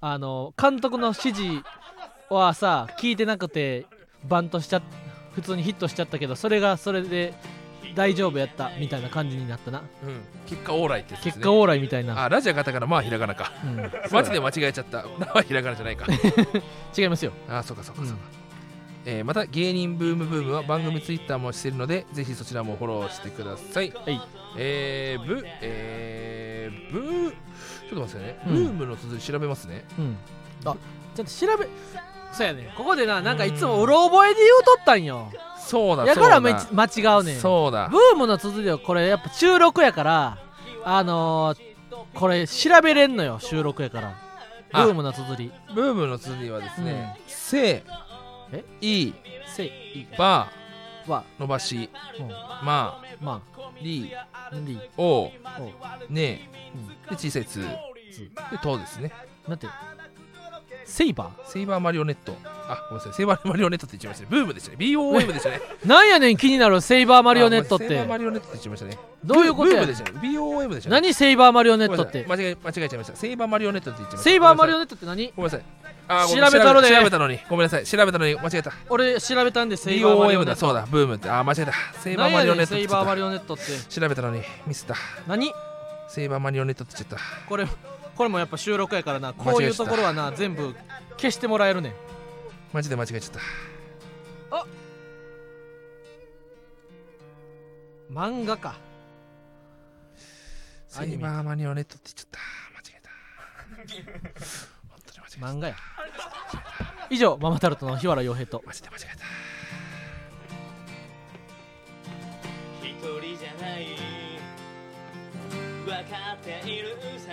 [SPEAKER 1] あの監督の指示はさ聞いてなくてバントしちゃっ普通にヒットしちゃったけどそれがそれで大丈夫やったみたいな感じになったな、
[SPEAKER 2] うん、結果オーライってやつです
[SPEAKER 1] 結
[SPEAKER 2] ね
[SPEAKER 1] 果オーライみたいな、
[SPEAKER 2] あラジャカタカナまあひらがなか
[SPEAKER 1] うん
[SPEAKER 2] マジで間違えちゃったまあひらがなじゃないか
[SPEAKER 1] 違いますよ
[SPEAKER 2] [laughs] あそうかそうかそうか、えーまた芸人ブームブームは番組ツイッターもしているのでぜひそちらもフォローしてください
[SPEAKER 1] はい
[SPEAKER 2] えー、ブえー、ブーちょっと待ってくださいね、
[SPEAKER 1] うん
[SPEAKER 2] ブームの続き調べますね
[SPEAKER 1] うんあちょっと調べそうやねここでななんかいつもうろ覚えで言うとったんよ
[SPEAKER 2] そうだ
[SPEAKER 1] やから
[SPEAKER 2] そう
[SPEAKER 1] め
[SPEAKER 2] だ
[SPEAKER 1] 間違うねん
[SPEAKER 2] そうだ
[SPEAKER 1] ブームの続きをこれやっぱ収録やからあのー、これ調べれんのよ収録やから
[SPEAKER 2] あ
[SPEAKER 1] ブームの続き
[SPEAKER 2] ブームの続きはですね「せ、
[SPEAKER 1] え
[SPEAKER 2] い
[SPEAKER 1] せい
[SPEAKER 2] ば
[SPEAKER 1] は」
[SPEAKER 2] 伸ばし
[SPEAKER 1] うん
[SPEAKER 2] 「ま」
[SPEAKER 1] ま
[SPEAKER 2] 「り
[SPEAKER 1] あり」
[SPEAKER 2] 「
[SPEAKER 1] お
[SPEAKER 2] お」「ね」
[SPEAKER 1] うん
[SPEAKER 2] で小さい「つ」
[SPEAKER 1] つ
[SPEAKER 2] で「と」ですね
[SPEAKER 1] なんてセイバ
[SPEAKER 2] セイバーマリオネットあごめんなさいセイバーマリオネットって言っちゃいましたねブームでしたね BOM でしたね
[SPEAKER 1] ーなんやねん気になるセイ [laughs] バーマリオネットっ
[SPEAKER 2] あごめんなさいセイバーマ
[SPEAKER 1] て
[SPEAKER 2] リオネットって言っちゃいましたね
[SPEAKER 1] どういうこと
[SPEAKER 2] ブー
[SPEAKER 1] や
[SPEAKER 2] ムでしたね BOM でしたね
[SPEAKER 1] 何セイバーマリオネットっ
[SPEAKER 2] ご
[SPEAKER 1] て
[SPEAKER 2] めんなさい間違え間違えちゃいましたセイバーマリオネットって言っちゃいました
[SPEAKER 1] セイバーマリオ
[SPEAKER 2] ネ
[SPEAKER 1] ネ
[SPEAKER 2] ッ
[SPEAKER 1] ットって何
[SPEAKER 2] トごめんなさいあごめん
[SPEAKER 1] 調べたろで
[SPEAKER 2] 調べたのにごめんなさい調べたのに間違えた
[SPEAKER 1] 俺調べたんでセイバーマリオネッ
[SPEAKER 2] BOM だ
[SPEAKER 1] ト
[SPEAKER 2] そうだブームってあ間違えたセイバ
[SPEAKER 1] な
[SPEAKER 2] ー
[SPEAKER 1] ん
[SPEAKER 2] マリ
[SPEAKER 1] や
[SPEAKER 2] オ
[SPEAKER 1] ね
[SPEAKER 2] ネッ
[SPEAKER 1] ん
[SPEAKER 2] ト
[SPEAKER 1] セ
[SPEAKER 2] って
[SPEAKER 1] イ
[SPEAKER 2] 言っち
[SPEAKER 1] バー
[SPEAKER 2] ゃっ
[SPEAKER 1] マリ
[SPEAKER 2] た
[SPEAKER 1] オネットって
[SPEAKER 2] 調べたのにミスった
[SPEAKER 1] 何
[SPEAKER 2] セイバーマリオネットって言っちゃっ
[SPEAKER 1] これこれもやっぱ収録やからなこういうところはな全部消してもらえるねん
[SPEAKER 2] たマジで間違えちゃった
[SPEAKER 3] 漫画か
[SPEAKER 2] アニメ
[SPEAKER 1] アニメ
[SPEAKER 2] マーマニオネットって言っちゃった間違えた本当に間違えた
[SPEAKER 1] 漫画や以上ママタルトの日原洋平と
[SPEAKER 2] マジで間違えた
[SPEAKER 4] 一人じゃない分かっているさ